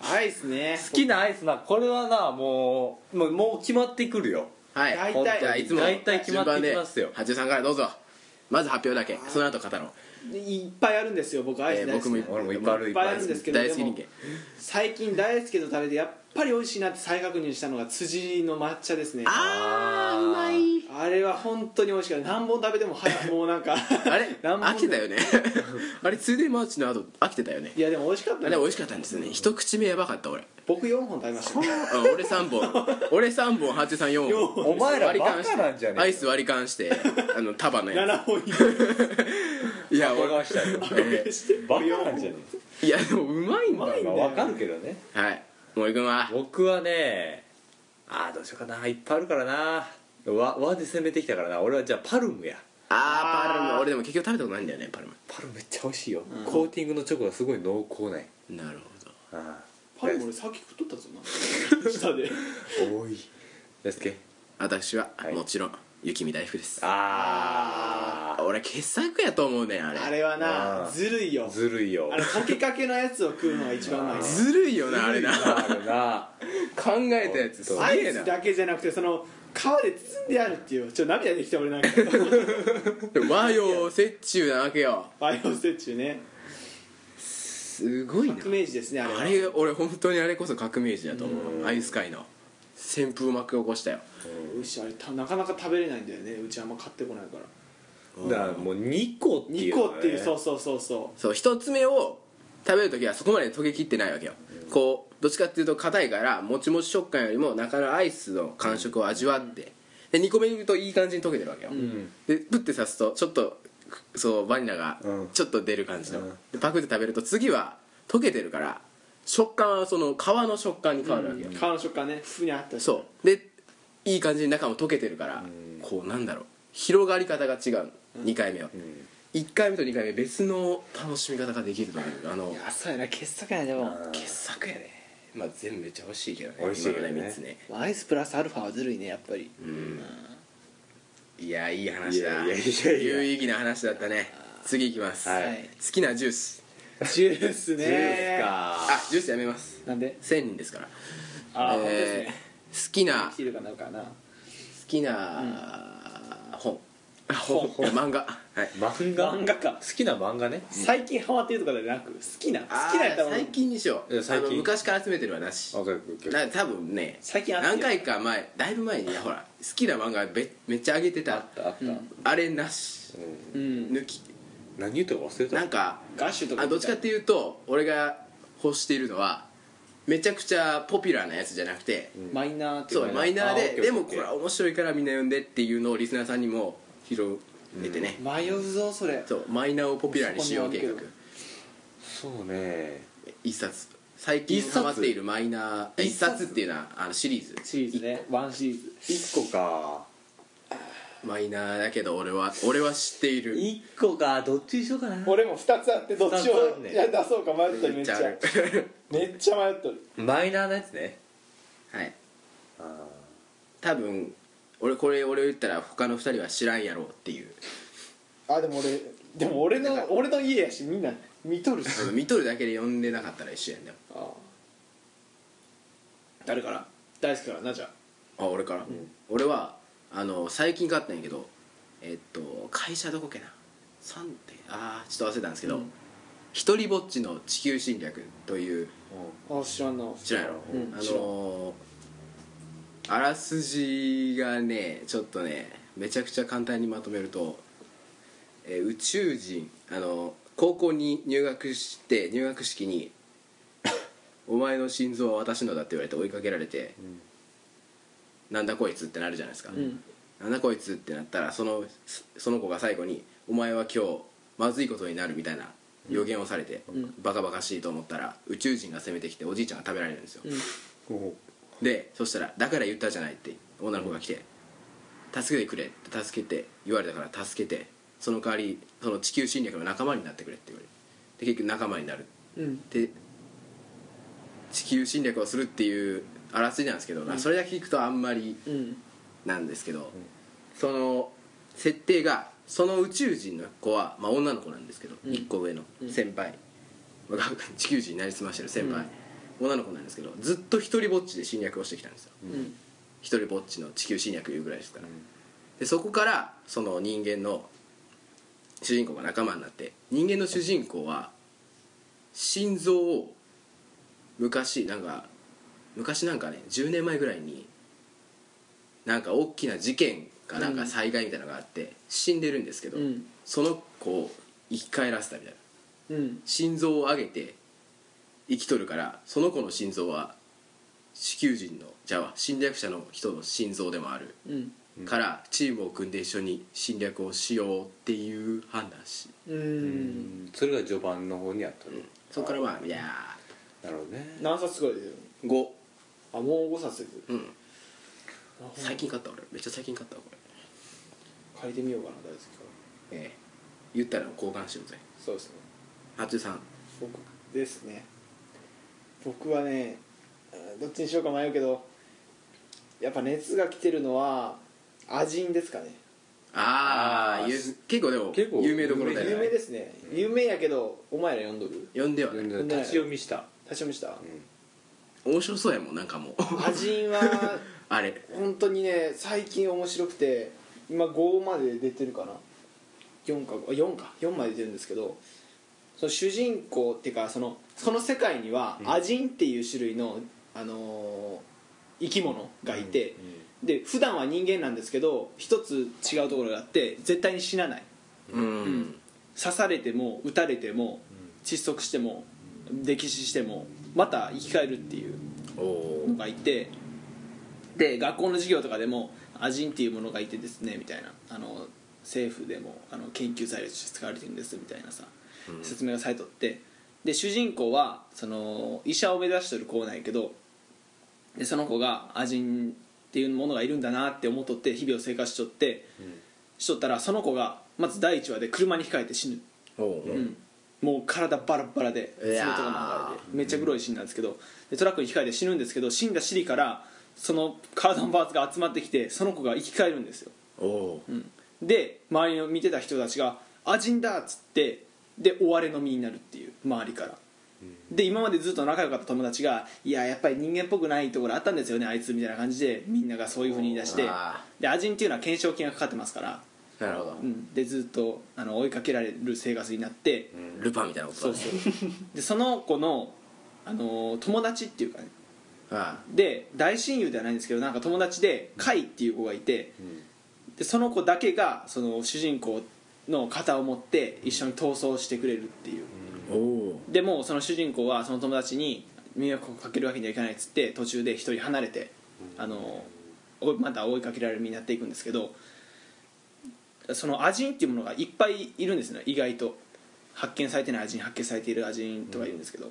B: アイスね
C: 好きなアイスなこれはなもうもうもう決まってくるよ
A: はい
B: 大体
A: 本当はいつも
C: 大体決まってきますよ
A: 順番で八重さんからどうぞまず発表だけその後語ろう
B: いっぱいあるんですよ僕アイ
A: え
B: ス
A: ー
B: 大
A: 僕
B: 好
A: も
B: きないん
A: っ
B: で
A: ぱい
C: 俺もいっぱいある
B: いっぱいあるんですけど
A: 大好き人
B: で
A: 間
B: も最近大好きと食べてやっぱり美味しいなって再確認したのが辻の抹茶ですね
A: あーうまい
B: あれは本当に美味しかった何本食べてもは やもうなんか
A: あ れ
B: 何本
A: 飽きてたよね あれ 2day マーチの後飽きてたよね
B: いやでも美味しかった
A: あ
B: ね
A: れ美味しかったんですよね一口目やばかった俺
B: 僕4本食べましたね
A: うん俺3本 俺3本八重さん4
B: 四
A: 本
B: 本
C: お前ら
A: 割り勘し
C: バカなんじゃねえの
A: アイス割り勘してあの束のや
B: 7本い
A: ついや
C: バカ
A: 俺
C: がしたよ
A: え
B: して
C: バカなんじゃね
A: ーいやでもうまいんだ
B: まい
C: え
B: んだよ
C: のわかるけどね
A: はい森君は
C: 僕はねああどうしようかないっぱいあるからな和和で攻めてきたからな俺はじゃあパルムや
A: あーパル
B: あ
A: ム
B: ー
A: 俺でも結局食べたことないんだよねパルム
C: パルムめっちゃ美味しいよ、
B: うん
C: コーティングのチョコがすごい濃厚なんや
A: なるほど
C: あ
B: パルム俺さっき食っとったぞ な下で
C: 多いですけ
A: 私は
C: はい
A: もちろん雪見大福です
C: あ
A: 俺傑作やと思うねんあれ
B: あれはな
C: あー
B: ずるいよ
C: あずるいよ
B: あれかけかけのやつを食うのが一番うまいね
A: ずるいよなあれな
C: あれな
A: 考えたやつす
C: ほんと
B: ア
A: げえ
B: イ
A: な
B: スだけじゃなくてその皮で包んであるっていうちょっと涙できた俺なんか
A: でも和洋折衷なわけよ
B: バイオステッチね
A: すごいな
B: 革命児ですねあれは
A: あれ俺本当にあれこそ革命児だと思うアイス界の旋風幕を起こしたよ
B: うちあれたなかなか食べれないんだよねうちあんま買ってこないから
C: だからもう2個ってい
B: 2
C: うの
B: 個
C: がね、
B: っていうそうそうそうそ
A: そう一つ目を食べる時はそこまで溶けきってないわけよこうどっちかっていうと硬いからもちもち食感よりも中のアイスの感触を味わってで2個目見るといい感じに溶けてるわけよ、
C: ん
A: でプッて刺すとちょっとそうバニラが
C: うん
A: ちょっと出る感じの、
C: うん
A: でパクって食べると次は溶けてるから食感はその皮の食感に変わるわけよ、
B: う皮の食感ねふにゃった
A: そうでいい感じに中も溶けてるから、こうなんだろう広がり方が違う2回目は、
C: ん
A: 一1回目と2回目別の楽しみ方ができるというあの
B: いやそうやな傑作やねでも
C: あー
A: 傑作やねまあ全部めっちゃ美味しいけどね
C: 美味しいよね
A: 今のね3つね
B: アイスプラスアルファはずるいねやっぱり
A: うんいやいい話だ
C: いやいやいやいや
A: 有意義な話だった ね次いきます、
C: はい
B: はい
A: 好きなジュース
B: ジュースね
C: ジュースか
A: あジュースやめます
B: なんで
A: 1000人ですから
B: ああ本当です
A: え
B: ね
A: ー好きな
B: 生きてるかなんかな
A: 好きな本あ本本漫画はい
C: 漫画
B: 漫画か
C: 好きな漫画ね
B: 最近ハマってるとかじゃなく好きな好きなやった
A: あー
B: も
A: 最近にしよ
C: いうや最近
A: あの昔から集めてるはなし
C: わかるけど
A: な多分ね
B: 最近集めてる
A: 何回か前だいぶ前にほら好きな漫画べめっちゃ上げて
C: あ
A: た
C: ったあった、
B: うん
A: あれなし
B: うん
A: 抜き
C: 何言うとか忘れた
A: なんか
B: ガッシュとか
A: あどっちかっていうと俺が欲しているのはめちゃくちゃポピュラーなやつじゃなくて、
B: マイナーってい
A: そうう
B: か
A: マイナー
C: あオッケ
A: で
C: ー
A: でも
C: オッ
A: こ
C: ケー
A: れは面白いからみんな読んでっていうのをリスナーさんにも広めてね、
B: 迷うぞそれ
A: そうマイナーをポピュラーにしよう計
B: そ
A: 画
B: こにある
C: そうね
A: 一冊最近
C: 一冊
A: ハマっているマイナーえ一
C: 一冊
A: 冊っていうのはあのシリーズ
B: シリーズねワンシリーズ
C: 1個か
A: マイナーだけど俺は俺は知っているめっ
D: 1個かどっちにしようかな
B: 俺も2つあってどっち
D: 二つあ
B: を
D: んねん
B: いや出そうか迷っとるめっ
A: ち
B: ち
A: ゃ
B: ゃ
A: ある
B: めっちゃ迷っとる
D: マイナーなやつね
A: はい
D: あー
A: 多分俺これ俺言ったら他の2人は知らんやろうっていう
B: あでも俺でも俺の俺の家やしみんな見とるし
A: 多分見とるだけで呼んでなかったら一緒やんでも
B: 誰から大好きからなじゃあ
A: あ俺から、俺はあの最近買ったんやけどえっと会社どこけな3点ああちょっと忘れたんですけど「一人ぼっちの地球侵略」という
B: あ知らんな
A: 知らんやろ、
B: うん
A: あ
B: 知ら
A: のーあらすじがねちょっとねめちゃくちゃ簡単にまとめると、えー宇宙人あのー高校に入学して入学式に「お前の心臓は私のだ」って言われて追いかけられて「なんだこいつ」ってなるじゃないですか、
B: うん
A: なんだこいつってなったらそのその子が最後に「お前は今日まずいことになる」みたいな予言をされて、
B: ん
A: バカバカしいと思ったら宇宙人が攻めてきておじいちゃんが食べられるんですよ、
B: うん
A: でそしたら「だから言ったじゃない」って女の子が来て「助けてくれ」って助けて言われたから助けてその代わりその地球侵略の仲間になってくれって言われるで結局仲間になる
B: うん
A: で地球侵略をするっていうあらすじなんですけど、まあそれだけ聞くとあんまり
B: うん
A: なんですけど、その設定がその宇宙人の子は、まあ、女の子なんですけど、
B: ん
A: 1個上の先輩、まあ地球人になりすましてる先輩、女の子なんですけどずっと一人ぼっちで侵略をしてきたんですよ、
B: うん
A: 一人ぼっちの地球侵略いうぐらいですから、でそこからその人間の主人公が仲間になって人間の主人公は心臓を昔なんか昔なんかね10年前ぐらいになんか大きな事件かなん
B: う
A: か
B: ん
A: 災害みたいなのがあって死んでるんですけど、
B: うん
A: その子を生き返らせたみたいな
B: うん
A: 心臓を上げて生きとるからその子の心臓は地球人のじゃあ侵略者の人の心臓でもある
B: うん
A: からチームを組んで一緒に侵略をしようっていう話
B: うん
D: それが序盤の方にあったの
A: そこからまあいや
D: なるほどね
B: 何冊ぐらい出てる
A: ー5
B: のあもう5冊出てる
A: うん
B: なるほど
A: 最近買った俺めっちゃ最近買ったわこれ
B: 書いてみようかな大好きから
A: ええ言ったら交換しようぜ
B: そうですね
A: 83
B: 僕ですね僕はねうんどっちにしようか迷うけどやっぱ熱が来てるのはアジンですかね
A: ああ
D: あー
A: ゆず結構でも
D: 結構
A: 有名どころだ
B: 有
A: よ
B: 名
A: ね
B: ですね有名やけどお前ら読んどる
A: 呼んではない
D: 立ち読みした
B: 立ち読みした
A: 面白そうやもんなんかもう
B: アジンは
A: あれ
B: 本当にね最近面白くて今5まで出てるかな4か5あ4か4まで出てるんですけどその主人公っていうかそのその世界にはアジンっていう種類の、あのー生き物がいて、で普段は人間なんですけど一つ違うところがあって絶対に死なない
A: うん
B: 刺されても撃たれても窒息しても溺死してもまた生き返るっていう
A: おお
B: のがいてで学校の授業とかでもアジンっていうものがいてですねみたいなあの政府でもあの研究材料として使われてるんですみたいなさ、説明がされとってで主人公はその医者を目指してる子なんやけどでその子がアジンっていうものがいるんだなって思っとって日々を生活しとって、しとったらその子がまず第1話で車にひかれて死ぬ。
A: おお
B: もう体バラバラで
A: う
B: 爪
A: わ
B: と
A: ー
B: か流れてめっちゃ黒いシーンなんですけどでトラックに控えて死ぬんですけど死んだ尻からその体のパーツが集まってきてその子が生き返るんですよ、
A: おお
B: うんで周りの見てた人たちが「アジンだ!」っつってで終われの身になるっていう周りからで今までずっと仲良かった友達が「いややっぱり人間っぽくないところあったんですよねあいつ」みたいな感じでみんながそういうふうに言い出して
A: あ
B: でアジンっていうのは懸賞金がかかってますから、
A: なるほど
B: うん、でずっとあの追いかけられる生活になって、
A: ルパンみたいなことだね
B: でその子の、あのー友達っていうかね
A: あ
B: で大親友ではないんですけどなんか友達でカイっていう子がいて、でその子だけがその主人公の肩を持って一緒に逃走してくれるっていう、
A: おお
B: でもその主人公はその友達に迷惑をかけるわけにはいかないっつって途中で一人離れて、あのおまた追いかけられる身になっていくんですけどそのアジンっていうものがいっぱいいるんですね意外と発見されてないアジン発見されているアジンとかいるんですけど、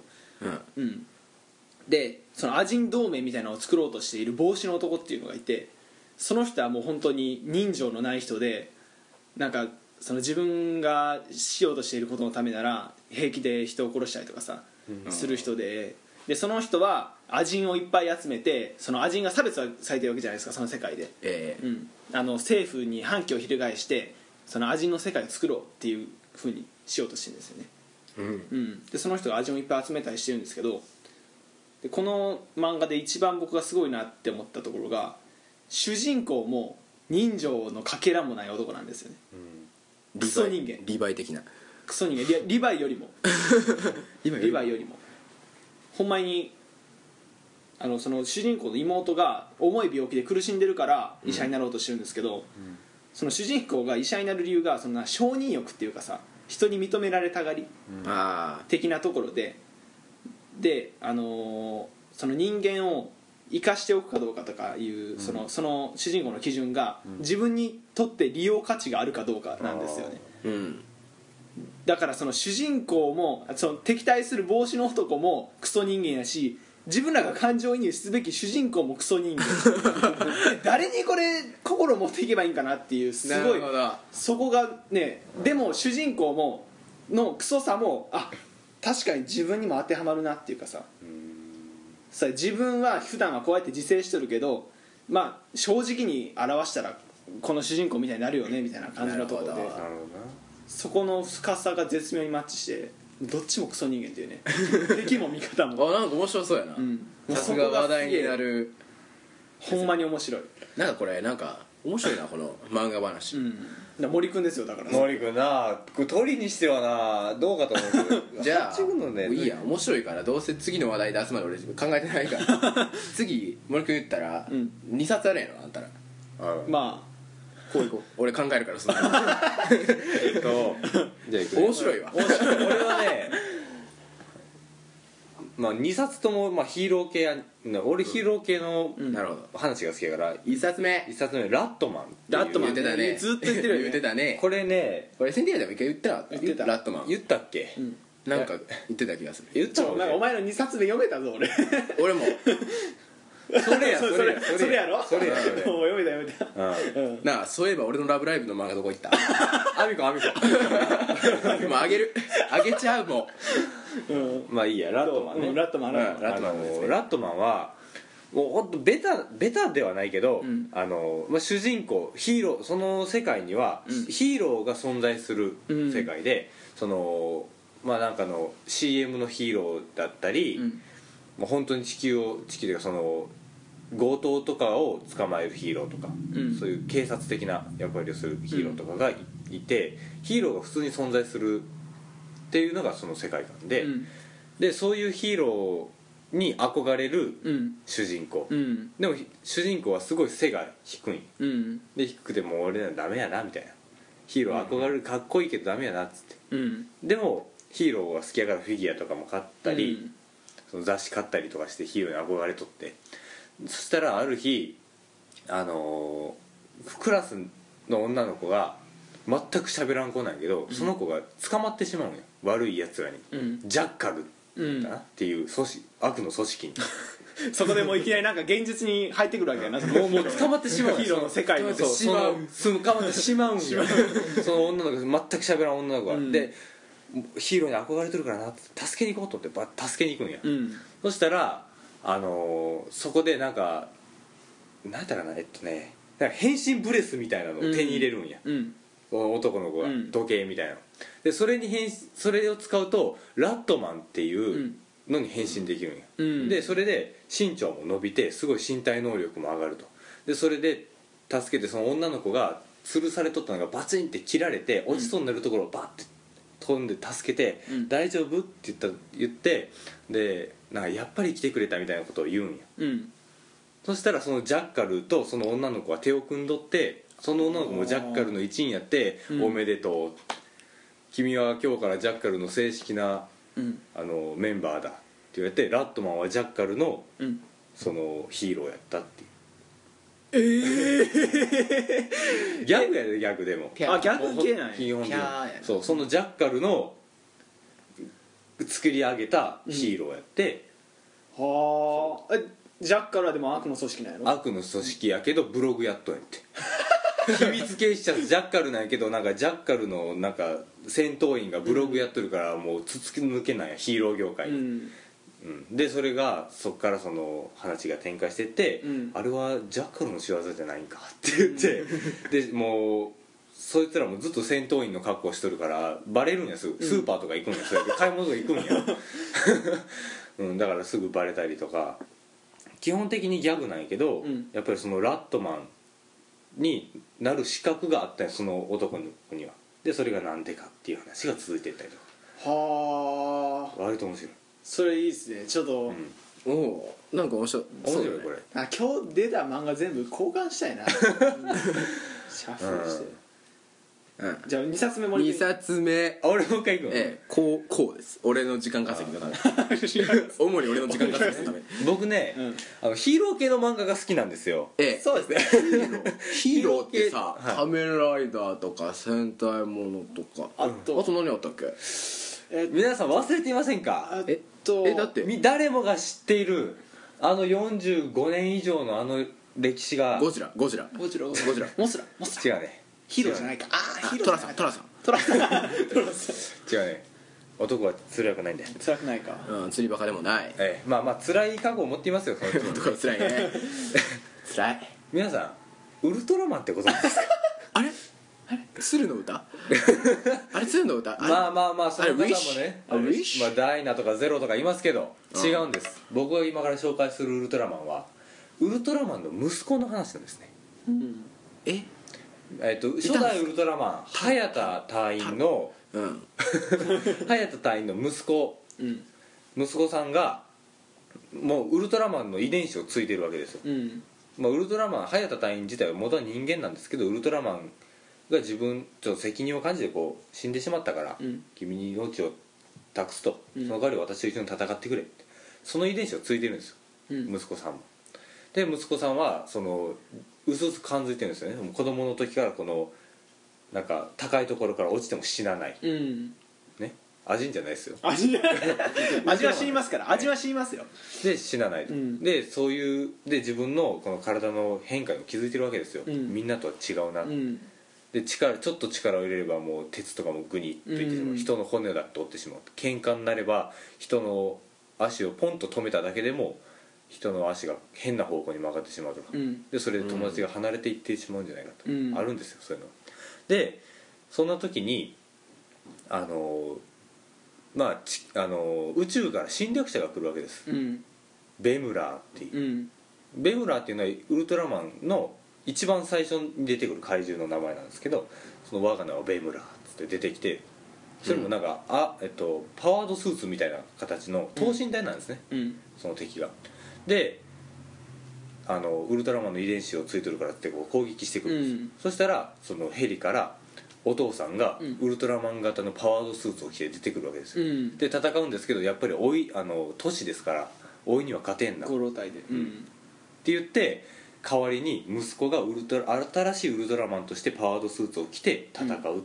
A: うん
B: うん、でそのアジン同盟みたいなのを作ろうとしている帽子の男っていうのがいてその人はもう本当に人情のない人でなんかその自分がしようとしていることのためなら平気で人を殺したりとかさ、する人ででその人はアジンをいっぱい集めてそのアジンが差別はされてるわけじゃないですかその世界で、
A: ええ
B: うん、あの政府に反旗を翻してそのアジンの世界を作ろうっていうふうにしようとしてるんですよね
A: うん
B: うん、でその人が味をいっぱい集めたりしてるんですけどでこの漫画で一番僕がすごいなって思ったところが主人公も人情のかけらもない男なんですよねクソ人間
A: リヴァイ的な
B: クソ人間リリヴァイよりも
A: リヴ
B: リヴァイよりもほんまにあのその主人公の妹が重い病気で苦しんでるから医者になろうとしてるんですけど、その主人公が医者になる理由がそんな承認欲っていうかさ人に認められたがり、
A: あ
B: 的なところでで、あのーその人間を生かしておくかどうかとかいうその,、その主人公の基準が自分にとって利用価値があるかどうかなんですよね
A: あうん
B: だからその主人公もその敵対する帽子の男もクソ人間やし自分らが感情移入すべき主人公もクソ 人間誰にこれ心を持っていけばいいんかなっていうすごい
A: なるほど
B: そこがねでも主人公ものクソさもあ確かに自分にも当てはまるなっていうかささ自分は普段はこうやって自制してるけどまあ正直に表したらこの主人公みたいになるよねみたいな感じのところ
A: なる
B: で
A: ほど
D: なるほどな
B: そこの深さが絶妙にマッチしてどっちもクソ人間っていうね敵も味方も、
A: あなんか面白そうやな
B: うん、
A: さすが話題になる
B: ほんまに面白い、
A: なんかこれなんか面白い なこの漫画
B: う
A: 話
B: ん、だから森君ですよだから
D: 森君なこれ鳥にしてはなどうかと思うけど
A: じゃ
D: 八
A: あ
D: 分のね
A: もういいや面白いからどうせ次の話題出すまで俺考えてないから 次森君言ったら
B: うん
A: 2冊あるやろあんたら
D: あ
B: ま
A: こういこう俺考えるからそんなの
D: えっとじゃあいくね
A: 面白いわ
D: 面白い俺はねまあ2冊ともまあヒーロー系や俺ヒーロー系の
B: ん
A: なるほど
D: 話が好きやから
A: 1冊目
D: 1冊目「ラットマン」
B: あラットマン
A: 言ってたね
B: ずっと言ってるよね
A: 言ってたね
D: これね
A: これセンティアでも一回言ったら
B: 言ってた
A: ラットマン
D: 言ったっけ
B: ん
A: なんか言ってた気がする
D: 言っ
B: ち
D: た
B: ょ
D: も
B: なんかお前の2冊で読めたぞ俺
A: 俺も
D: それやそれ や
B: それそれやろ
D: それやそれや
B: もう読めた読めた
D: うん
B: うん
A: なあそういえば俺の「ラブライブ!」の漫画どこ行った
D: アミコアミコ
A: もうあげるあげちゃうも
B: うん
D: まあいいやラットマン
B: う
D: ね
B: んラットマンラットマン
D: ラットマンですねラットマンはもうほんとベタベタではないけど、
B: ん
D: あのまあ、主人公ヒーローその世界には、ヒーローが存在する世界で、そのまあなんかの CM のヒーローだったり、
B: うん
D: もう本当に地球を地球というかその強盗とかを捕まえるヒーローとか、
B: うん
D: そういう警察的な役割をするヒーローとかがい,、てヒーローが普通に存在するっていうのがその世界観で、
B: うん
D: でそういうヒーローに憧れる
B: うん
D: 主人公、
B: うん
D: でもひ主人公はすごい背が低い
B: うん
D: で低くてもう俺らダメやなみたいなヒーロー憧れるかっこいいけどダメやなっつって
B: うん
D: でもヒーローが好きやからフィギュアとかも買ったり、その雑誌買ったりとかしてヒーローに憧れとってそしたらある日あのークラスの女の子が全く喋らん子なんやけど、その子が捕まってしまうんよ悪いやつらに、
B: うん
D: ジャッカル
B: うん
D: だなっていう組織悪の組 織に
B: そこでもういきなりなんか現実に入ってくるわけやなその
D: もうもう捕まってしまう
B: ヒーローの世界の
D: そう
A: しまう
D: そのそう捕まってしまうんよその女の子全く喋らん女の子が、
B: ん
D: でヒーローに憧れてるからなって助けに行こうと思ってば助けに行くんや、
B: うん
D: そしたらあのーそこでなんかなんだかなえっとねなんか変身ブレスみたいなのを手に入れるんや、
B: うん
D: その男の子が、
B: うん
D: 時計みたいなのでそれに変身それを使うとラットマンっていうのに変身できるんや、
B: うん
D: でそれで身長も伸びてすごい身体能力も上がるとでそれで助けてその女の子が吊るされとったのがバチンって切られて落ちそうになるところをバッて飛んで助けて「
B: うん
D: 大丈夫?」って言った言ってでなんかやっぱり来てくれたみたいなことを言うんや
B: うん
D: そしたらそのジャッカルとその女の子は手を組んどってその女の子もジャッカルの一員やって「
B: うん
D: おめでとう」君は今日からジャッカルの正式な
B: うん
D: あのメンバーだ」って言われてラットマンはジャッカルの
B: うん
D: そのヒーローやったっていう
B: え
D: ギャグやでギャグでも
B: えあ逆系なんや
D: 基本的に
A: キャーや
D: そうそのジャッカルの作り上げたヒーローやって、
B: はあえジャッカルはでも悪の組織なんやろ
D: 悪の組織やけどブログやっとんやって秘密警視庁ジャッカルなんやけどなんかジャッカルのなんか戦闘員がブログやっとるからもうつつき抜けないやヒーロー業界
B: う
D: に、
B: ん
D: うんでそれがそっからその話が展開してって、
B: うん
D: あれはジャッカルの仕業じゃないんかって言って、でもうそいつらもずっと戦闘員の格好しとるからバレるんやすぐスーパーとか行くんや、そう やって買い物とか行くんや、 うん、だからすぐバレたりとか基本的にギャグなんやけど、
B: うん
D: やっぱりそのラットマンになる資格があったんやその男の子にはでそれがなんでかっていう話が続いていったりと
B: はあ
D: か割と面白い、
B: それいいっすねちょっと、
D: う
A: お
D: ん、
A: おうなんか面白い
D: 面白い、
A: そうだね
D: これ
B: あ今日出た漫画全部交換したい なシャッフルして、
A: うん
B: じゃあ2冊目も
A: 2冊目
D: あ俺もう一回行くの、
A: ええこうこうです俺の時間稼ぎのため 主に俺の時間稼ぎのため
D: 僕ね、
B: うん
D: あのヒーロー系の漫画が好きなんですよ
A: ええ
B: そうですね
A: ヒーローってさ
D: ヒーロー系はい
A: 仮面ライダーとか戦隊ものとか
B: あと
A: あと何あったっけ
B: えっ
D: 皆さん忘れていません
B: あ
D: か
A: え
B: と
A: えだって
D: み誰もが知っているあの45年以上のあの歴史が
A: ゴジラゴジラ
B: ゴジラゴ
A: ゴジラ
B: モスラモスラ
D: 違うね
B: ヒーローじゃないかああ
A: あ
B: ヒーロー
A: トラさんトラさん
B: トラさんトラさん
D: 違うね男は辛くないんで
B: 辛くないか
A: うん釣りバカでも ない
D: ええまあまあ辛い過去を持っていますよその人
A: とか辛い ね辛い
D: 皆さんウルトラマンってことなんですか
A: あれあれ鶴の 歌あれ鶴の歌あれ
D: まあまあまあその方も
A: あれウィッシュ
D: ね
A: あれウィッシュ
D: まあ、ダイナとかゼロとかいますけど
A: うん
D: 違うんです、僕が今から紹介するウルトラマンはウルトラマンの息子の話なんですね
B: うん
A: え
D: えっと初代ウルトラマン早田隊員の
A: うん
D: 早田隊員の息子
B: うん
D: 息子さんがもうウルトラマンの遺伝子を継いでるわけですよ、
B: うん
D: まあ、ウルトラマン早田隊員自体は元は人間なんですけどウルトラマンが自分ちょっと責任を感じてこう死んでしまったから、
B: うん
D: 君に命を託すと、
B: うん
D: その代わり私と一緒に戦ってくれってその遺伝子を継いでるんですよ、
B: うん
D: 息子さんもで息子さんはそのうすうす感づいてるんですよねもう子供の時からこのなんか高いところから落ちても死なない
B: うん
D: ね味んじゃないですよ
B: 味は 味は死にますから味は死にますよ
D: で死なないと、
B: うん
D: でそういうで自分のこの体の変化にも気づいてるわけですよ、
B: うん
D: みんなとは違うな、
B: うん
D: で力ちょっと力を入れればもう鉄とかもグニッといってしまう、
B: うん
D: 人の骨だって折ってしまう喧嘩になれば人の足をポンと止めただけでも人の足が変な方向に曲がってしまうとか、
B: うん
D: でそれで友達が離れていってしまうんじゃないかと、
B: うん
D: あるんですよそういうのでそんな時にあのーまあちあのー宇宙から侵略者が来るわけです
B: うん
D: ベムラーっていう、
B: うん
D: ベムラーっていうのはウルトラマンの一番最初に出てくる怪獣の名前なんですけどその我が名はベムラーっつって出てきてそれもなんか、あえっと、パワードスーツみたいな形の等身大なんですね、
B: うん
D: その敵がであのウルトラマンの遺伝子をついてるからってこう攻撃してくるんです、
B: うん
D: そしたらそのヘリからお父さんが
B: うん
D: ウルトラマン型のパワードスーツを着て出てくるわけですよ、
B: うん
D: で戦うんですけどやっぱり老いあの都市ですから老いには勝てんな
B: ご老体でうん
D: って言って代わりに息子がウルトラ新しいウルトラマンとしてパワードスーツを着て戦うっ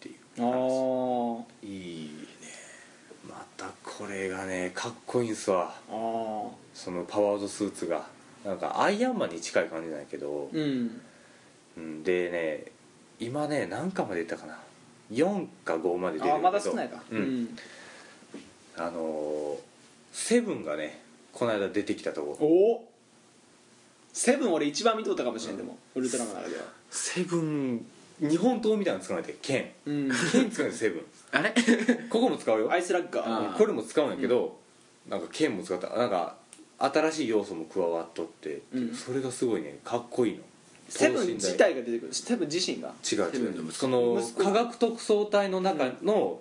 D: ていう
B: ああー
D: いいねまたこれがねかっこいいんすわ
B: あー
D: そのパワードスーツがなんかアイアンマンに近い感じなんやけど、
B: うん
D: うんでね今ね何巻まで出たかな4か5まで出てる
B: あー
D: けど
B: まだ少ないか
D: うんあのーセブンがねこの間出てきたとこ
B: おおセブン俺一番見とったかもしれんでもウルトラマンの中では
D: セブン日本刀みたいなの使われて剣
B: うん
D: 剣使われてセブン
A: あれ
D: ここも使うよ
B: アイスラッガー
A: あー
D: これも使うんやけど、なんか剣も使ったなんか新しい要素も加わっとって、
B: うん
D: それがすごいねかっこいいの
B: セブン自体が出てくるセブン自身が
D: 違う
A: セブンの
D: 違う
A: 息子
D: その
B: 息子
D: 科学特捜隊の中の、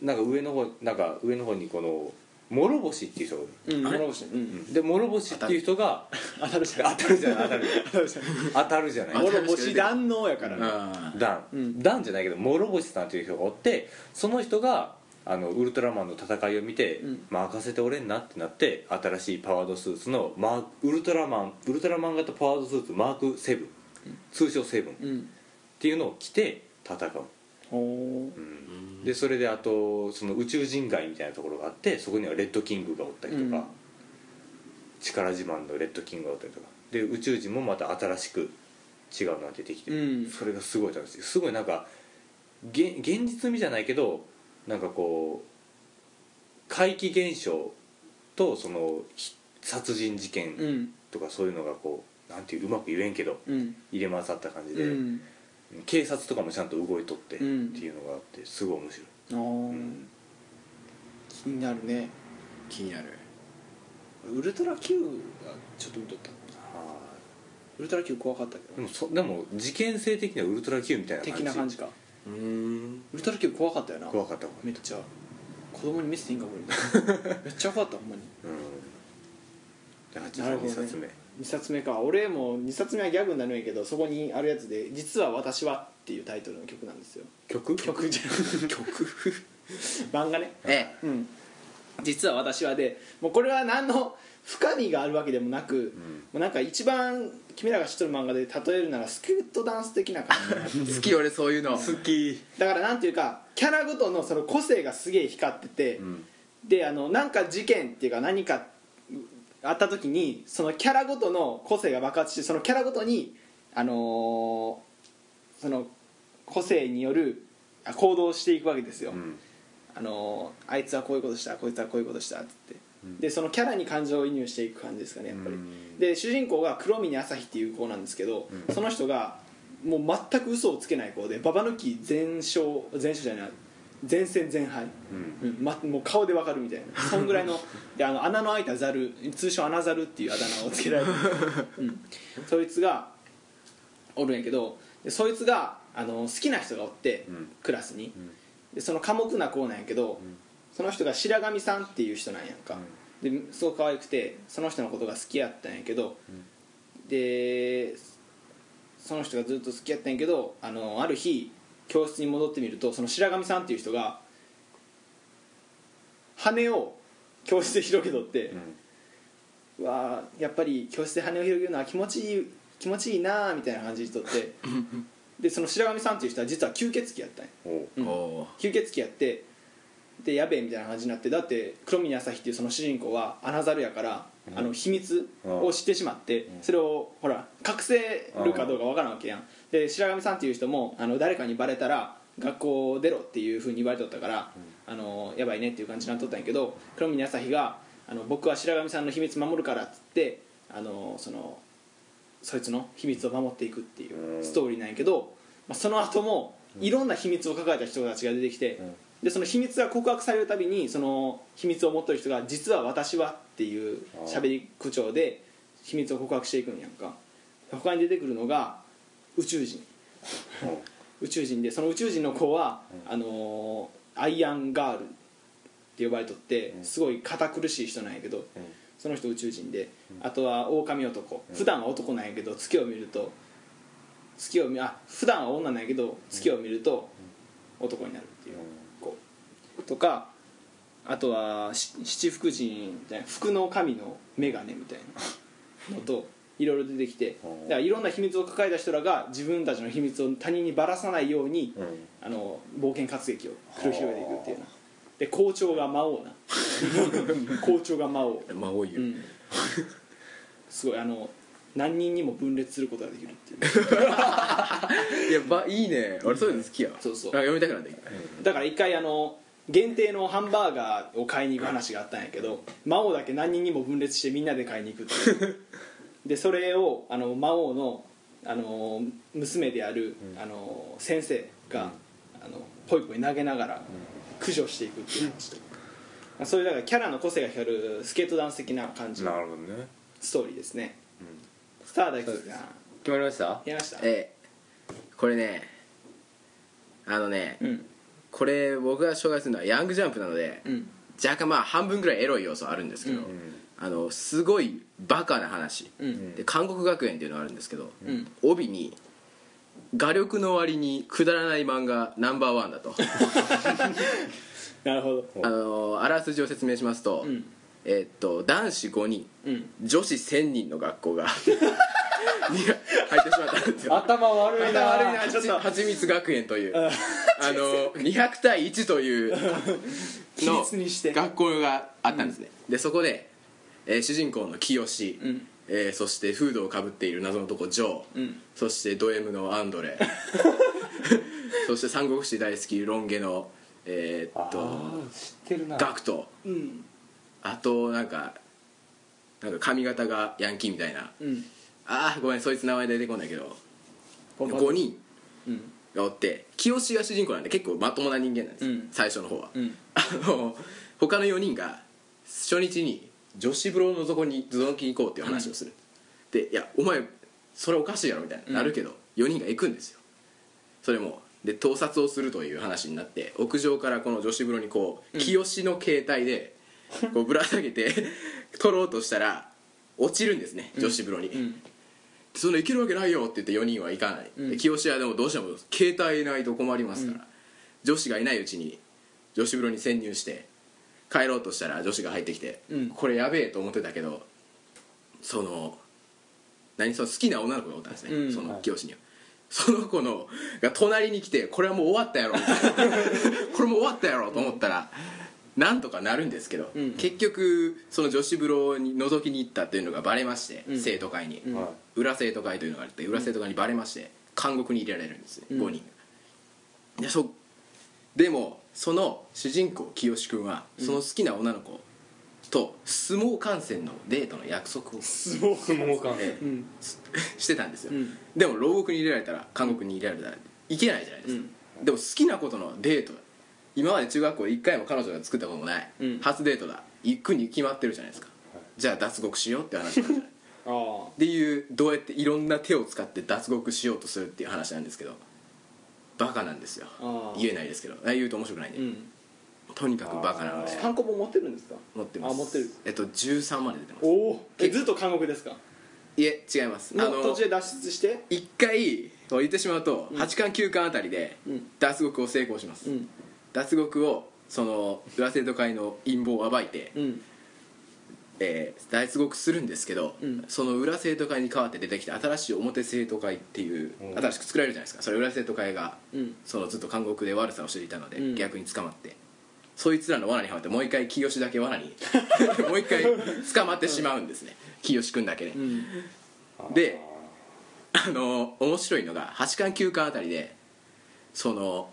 D: なんか上の方なんか上の方にこの諸星っていう人がいる
B: うん
A: あれ
B: 諸星ねうん
D: で諸星っていう人が
B: 当たるじゃん
D: 当たるじゃない当たるじゃ
B: 当
D: ない
B: たるじゃん
D: 当たるじゃない
B: 諸星断能やからね
A: あ
D: ダ
B: う
D: ン、
B: ん
D: ダンじゃないけど諸星さんという人がおってその人があのウルトラマンの戦いを見て、
B: うん
D: 任せておれんなってなって新しいパワードスーツのマークウルトラマンウルトラマン型パワードスーツマーク7、通称7っ
B: うん
D: ていうのを着て戦う、
B: おお
D: うんでそれであとその宇宙人街みたいなところがあってそこにはレッドキングがおったりとか、力自慢のレッドキングだったりとかで宇宙人もまた新しく違うのが出てきて、
B: うん
D: それがすごい楽しいすごいなんかげ現実味じゃないけどなんかこう怪奇現象とそのひ殺人事
B: う
D: 件
B: ん
D: とかそういうのがこうなんていううまく言えんけど
B: うん
D: 入れ混ざった感じ
B: う
D: で、
B: ん
D: 警察とかもちゃんと動いとってって
B: うん
D: いうのがあってすごい面白い、
B: あー
D: うん
B: 気になるね
A: 気になる
B: ウルトラ Q がちょっと見とった
D: あ
B: ウルトラ Q 怖かったけど
D: ーでもそでも事件性的にはウルトラ Q みたいな感じ
B: 的な感じか
A: うん
B: ウルトラ Q 怖かったよな
D: 怖かった怖か
B: めっちゃ子供に見せていいんかこれめっちゃ怖かったほんまに
D: ったうんで八
B: なる
D: さん
B: ほど
D: 2
B: ね
D: 冊
B: 2
D: 目、
B: 冊目か俺も2冊目はギャグになるんやけどそこにあるやつで「実は私は」っていうタイトルの曲なんですよ
D: 曲
B: 曲じゃん曲 漫画ね
A: え
B: うん実は私はでもうこれは何の深みがあるわけでもなく、もうなんか一番君らが知っとる漫画で例えるならスクーットダンス的な感じ
A: 好き俺そういう の
D: 好き
B: だからなんていうかキャラごとのその個性がすげえ光ってて、
D: うん
B: であのなんか事件っていうか何かあった時にそのキャラごとの個性が爆発してそのキャラごとにあのーその個性によるあ行動をしていくわけですよ、
D: うん
B: あのーあいつはこういうことしたこいつはこういうことしたっつって、
D: うん
B: でそのキャラに感情移入していく感じですかねやっぱり、
D: うん
B: で主人公が黒峰朝日っていう子なんですけど、
D: うん
B: その人がもう全く嘘をつけない子でババ抜き全勝全勝じゃない全戦全敗、
D: うん
B: うんま、もう顔でわかるみたいなそんぐらいのであの穴の開いたザル通称穴ザルっていうあだ名をつけられてる、うん、そいつがおるんやけどでそいつがあの好きな人がおって、
D: うん
B: クラスに
D: ん
B: でその寡黙な子なんやけど、
D: ん
B: その人が白神さんっていう人なんやんか、ですごく可愛くてその人のことが好きやったんやけど、でその人がずっと好きやったんやけどあのある日教室に戻ってみるとその白神さんっていう人が羽を教室で広げとって、
D: うん
B: うわーやっぱり教室で羽を広げるのは気持ちいい気持ちいいなーみたいな感じでとってでその白神さんっていう人は実は吸血鬼やったんや
D: おう
B: うん
A: お
B: 吸血鬼やってでやべえみたいな感じになってだって黒峰朝日っていうその主人公はアナザルやから、
D: うん
B: あの秘密を知ってしまって、
D: うん
B: それをほら隠せるかどうかわからんわけやんで白神さんっていう人もあの誰かにバレたら学校出ろっていうふうに言われとったから、あのやばいねっていう感じになっとったんやけど黒峰朝日があの「僕は白神さんの秘密守るから」っつってあのそのそいつの秘密を守っていくっていうストーリーなんやけど、まあ、その後もいろんな秘密を抱えた人たちが出てきて、
D: うん
B: でその秘密が告白されるたびにその秘密を持ってる人が「実は私は」っていう
D: あー
B: 喋り口調で秘密を告白していくんやんか他に出てくるのが宇宙人
D: おう
B: 宇宙人でその宇宙人の子は、あのーアイアンガールって呼ばれとって、
D: ん
B: すごい堅苦しい人なんやけど、
D: うん
B: その人宇宙人で、あとは狼男普段は男なんやけど月を見ると月を見あ普段は女なんやけど月を見ると男になるっていう子とかあとはし七福神みたいな福の神の眼鏡みたいなのといろいろ出てきて
D: うん
B: だからいろんな秘密を抱えた人らが自分たちの秘密を他人にばらさないように、
D: うん
B: あの冒険活劇を繰り広げていくっていうなで校長が魔王な校長が魔王
A: おまあ多いうよ
B: ん、すごいあの何人にも分裂することができるっていう
A: いやばいいね俺そういうの好きや
B: そうそう
A: なんか読みたくなってきた
B: だから一回あの限定のハンバーガーを買いに行く話があったんやけど魔王だけ何人にも分裂してみんなで買いに行くっていうでそれをあの魔王のあの娘である、あの先生が、あのポイポイ投げながら駆除していくっていう話とか、そういうだからキャラの個性が光るスケートダンス的な感じ
D: な
B: の
D: るほどね
B: ストーリーですね、さあ大吉さん
C: 決まりました
B: やりました
A: えこれねあのね
B: うん
A: これ僕が紹介するのはヤングジャンプなので
B: うん
A: 若干まあ半分ぐらいエロい要素あるんですけど
B: うん
A: あのすごいバカな話
B: うん
A: で韓国学園っていうのがあるんですけど
B: うん
A: 帯に画力の割にくだらない漫画ナンバーワンだと
B: なるほど
A: あのあらすじを説明しますと、
B: うん
A: えっと男子5人
B: うん
A: 女子1000人の学校がに入ってしまったんですよ
C: 頭悪い
B: 頭
C: な
B: 悪いな ちょっと
A: はちみつ学園というあの200対1という
B: 比率にして
A: 学校があったんですね、でそこで、ええー主人公の清、
B: うん
A: えーそしてフードをかぶっている謎の男ジョー、
B: うん
A: そしてド M のアン ドレそして三国志大好きロン毛のえーっと
D: 知ってるな
A: ガクト
B: うん
A: あとなんかなんか髪型がヤンキーみたいな
B: うん
A: あーごめんそいつ名前出てこないけど
B: パ
A: 5人
B: うん
A: がおって清が主人公なんで結構まともな人間なんです、
B: うん
A: 最初の方は、
B: うん
A: あの他の4人が初日に女子風呂の底にズドンキに行こうっていう話をする、で「いやお前それおかしいやろ」みたいな、
B: うん
A: なるけど4人が行くんですよそれもで盗撮をするという話になって屋上からこの女子風呂にこう、清の携帯でこうぶら下げて撮ろうとしたら落ちるんですね女子風呂に、
B: うん
A: そんないけるわけないよって言って4人は行かない、
B: うん
A: で清はでもどうしても携帯ないと困りますから、女子がいないうちに女子風呂に潜入して帰ろうとしたら女子が入ってきて、
B: うん
A: これやべえと思ってたけどその何その好きな女の子がおったんですね、
B: うん
A: その清には。その子のが隣に来てこれはもう終わったやろみたいなこれもう終わったやろと思ったら、なんとかなるんですけど、
B: うん
A: 結局その女子風呂に覗きに行ったというのがバレまして、
B: うん
A: 生徒会に、
B: うん
D: は
A: 裏生徒会というのがあって裏生徒会にバレまして監獄に入れられるんですね、
B: うん
A: 5人でそでもその主人公清く君はその好きな女の子と相撲観戦のデートの約束を
D: い相撲感
A: ええ
B: うん
A: してたんですよ、
B: うん
A: でも牢獄に入れられたら監獄に入れられたらいけないじゃないですか、でも好きなことのデート今まで中学校で一回も彼女が作ったこともない、
B: うん
A: 初デートだ行くに決まってるじゃないですか、じゃあ脱獄しようって話にな るじゃない
B: ああ
A: っていうどうやっていろんな手を使って脱獄しようとするっていう話なんですけどバカなんですよ
B: あー
A: 言えないですけどあ言うと面白くないんで、
B: うん
A: とにかくバカなので
B: 単行本持ってるんですか
A: 持ってます
B: あ持ってる
A: えっと13まで出てます
B: おおえずっと監獄ですか
A: いえ違いますあ
B: もう途
A: の
B: 中で脱出して
A: 一回こう言ってしまうと8巻9巻あたりで
B: うん
A: 脱獄を成功します、
B: うん
A: 脱獄をその裏生徒会の陰謀を暴いて、
B: うん
A: えー脱獄するんですけど、
B: うん
A: その裏生徒会に代わって出てきた新しい表生徒会っていう
D: うん
A: 新しく作られるじゃないですかそれ裏生徒会が
B: うん
A: そのずっと監獄で悪さをしていたので、
B: うん
A: 逆に捕まってそいつらの罠にはまってもう一回清だけ罠に もう一回捕まってしまうんですね清くんだけね、
B: うん
A: であの面白いのが8巻9巻あたりでその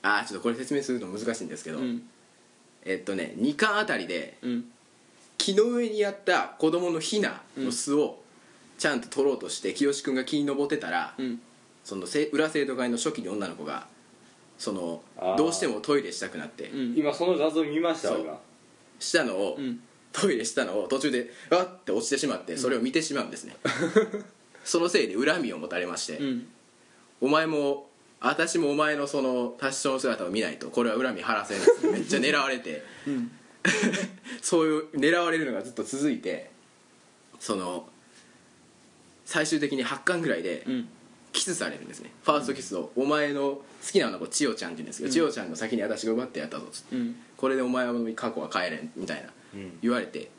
A: あーちょっとこれ説明するの難しいんですけど、
B: うん
A: えっとね2巻あたりで
B: うん
A: 木の上にあった子供のヒナの巣をちゃんと取ろうとして清くんが木に登ってたら、
B: うん
A: そのせ裏生徒会の初期の女の子がその
D: あー
A: どうしてもトイレしたくなって、
B: うん
D: 今その画像見ました
A: そう
D: が
A: したのを、
B: うん
A: トイレしたのを途中でわって落ちてしまってそれを見てしまうん ですね、そのせいで恨みを持たれまして、
B: うん
A: お前も私もお前のその達成の姿を見ないとこれは恨み晴らせないめっちゃ狙われて、
B: ん
A: そういう狙われるのがずっと続いてその最終的に8巻ぐらいで、
B: うん
A: キスされるんですねファーストキスを、お前の好きな女の子千代ちゃんって言うんですけど、千代ちゃんの先に私が奪ってやったぞつって、
B: うん
A: これでお前は過去は帰れんみたいな、
D: ん
A: 言われて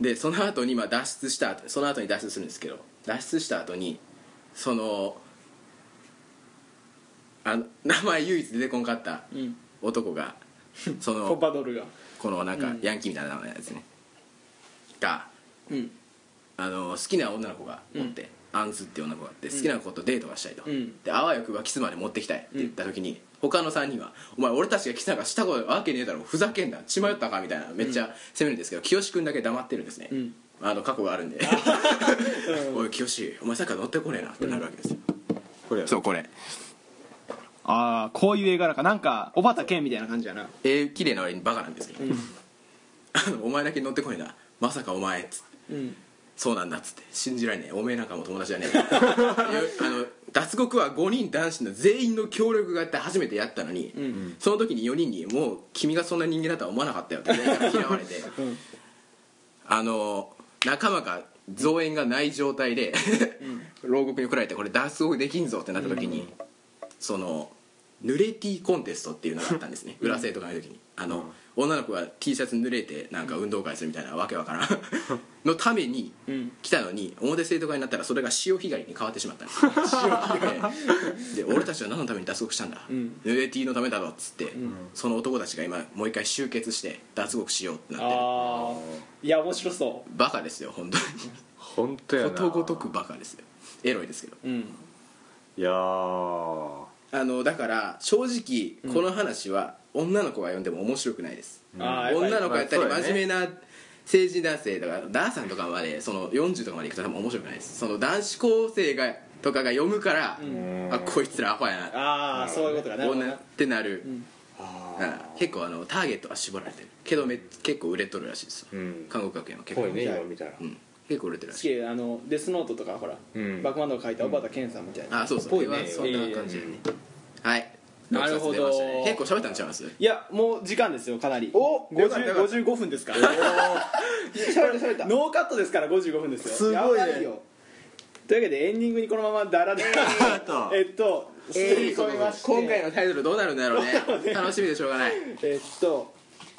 A: でその後にまあ脱出した後その後に脱出するんですけど脱出した後にそのあの名前唯一出てこんかった
B: うん
A: 男が、そ
B: ポ
A: の
B: パドルが
A: このなんか
B: うん
A: ヤンキーみたいな名前ですね、が
B: うん
A: あの好きな女の子がおって、アンスっていう女の子があって好きな子とデートがしたいと、
B: うん
A: であわよくばキスまで持ってきたいって言った時に、他の3人は「お前俺たちがキスなんかしたことわけねえだろふざけんな血迷ったか」みたいなめっちゃ責めるんですけど、清くんだけ黙ってるんですね、
B: うん
A: あの過去があるんで「 おい清お前さっきから乗ってこねえな」ってなるわけですよ、
D: これ
A: そうこれ
B: ああこういう絵柄かなんか小畑健みたいな感じやな
A: えー綺麗な割にバカなんですけど、 あのお前だけ乗ってこねえなまさかお前」っつって
B: うん
A: そうなんだっつって信じられねえおめえなんかもう友達じゃねえよあの脱獄は5人男子の全員の協力があって初めてやったのに、
B: ん
A: その時に4人に「もう君がそんな人間だとは思わなかったよ」って全員から嫌われて、
B: ん
A: あの仲間が増援がない状態で牢獄に送られてこれ脱獄できんぞってなった時に、その濡れティーコンテストっていうのがあったんですね裏生徒会の時にあの、女の子が T シャツ濡れてなんか運動会するみたいなわけわ からんのために
B: うん
A: 来たのに表生徒会になったらそれが潮干狩りに変わってしまったんです 潮干狩り で俺たちは何のために脱獄したんだ、
B: うん
A: 濡れティーのためだろっつって、
B: ん
A: その男たちが今もう一回集結して脱獄しようってなってる
B: ああいや面白そ
A: バカですよ本当に
D: 本当やな
A: ことごとくバカですよエロいですけど
B: ううん
D: いやー
A: あのだから正直この話は女の子が読んでも面白くないです、
B: あーやっぱり
A: 女の子やったり
D: まあそうだ
A: 真
D: よね
A: 面目な成人男性とかダーさんとかまでその40とかまでいくと多分面白くないですその男子高生がとかが読むから、
D: ん
A: あこいつらアホやな
B: ああそういうことかなるほど
A: 女
B: な
A: ってなる、
B: ん
D: あ
A: うん結構あのターゲットは絞られてるけどめ結構売れとるらしいですよ、
D: うん
A: 韓国学園は結構、
D: ぽいね今見たら
A: うん、結構売れてるら
B: す
A: しい
B: げえあのデスノートとかほら、
D: うん
B: バックマンドが書いた小畑健さんみたいな、
A: あそうそう
D: ぽい
A: これ
D: ね
A: はそんな感じだね、はい
B: なるほど
A: 六冊出ましたね結構喋ったんちゃいます
B: いやもう時間ですよかなり
A: およかったよかった
B: 50 55分ですからノーカットですから55分ですよ
C: すごいね
B: やばよというわけでエンディングにこのままダラダラえっと
A: えー
B: 刷り込みまして
A: 今回のタイトルどうなるんだろうね楽しみでしょうがない
B: えっと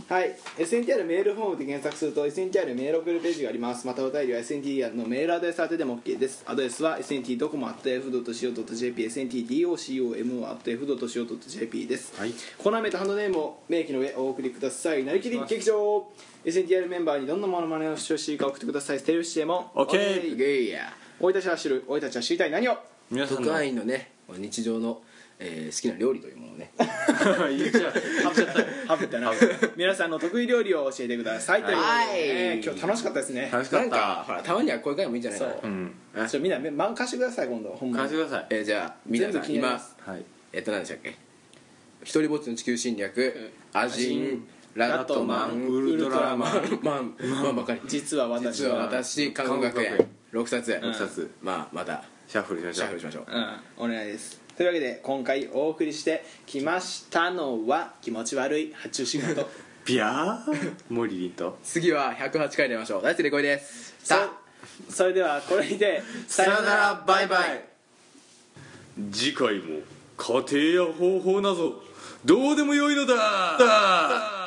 B: はい SNTR メールフォームで検索すると SNTR メール送るページがありますまたお便りは SNTR のメールアドレス宛てでも OK ですアドレスは SNT ドコモ .f.co.jp SNTDOCOMO.f.co.jp です、
D: はい
B: コーナー名とハンドネームを明記の上お送りくださいなりきり劇場 SNTR メンバーにどんなモノマネをしてほしいか送ってくださいステレオシエも
C: OK
A: いや
B: 俺たちは知る俺たちは知りたい何を
D: 皆さん
A: 特
D: の
A: 派員のね日常の、えー好きな料理というものをね
B: ハブってな 皆さんの得意料理を教えてくださいということでね、
A: はい
B: 今日楽しかったですね
A: 楽しかったなんかほらたまにはこういう回もいいんじゃない
B: そ
A: か
B: う
A: な、
D: うん
A: あ
B: ちょみんなめ満貸してください今度ほんま
D: 貸
B: に
D: してください
A: えーじゃあ皆
B: 全
A: さ
B: 部
A: ん
B: 気になり
A: 今
B: ます
D: はい
A: えっと何でしたっけ一人ぼっちの地球侵略、アジ
B: アジ
A: ン
B: ン
A: ラットマン
D: ウルトラマン
A: マンマンばかり
B: 実は私
A: 実は私韓国学
D: 韓
A: 園
D: 国
A: 6冊
B: うん
A: 6冊まあまた
D: シャッフルしまし
A: シ
D: ょ
A: ャ
D: う
A: ッフルしましょう
B: うんお願いですというわけで今回お送りしてきましたのは気持ち悪い発注仕事
D: ビャーモリリンと
A: 次は108回出ましょう大輔でこいですさあ
B: そそれではこれで
A: さよならバイバイ
D: 次回も家庭や方法などどうでもよいのだだ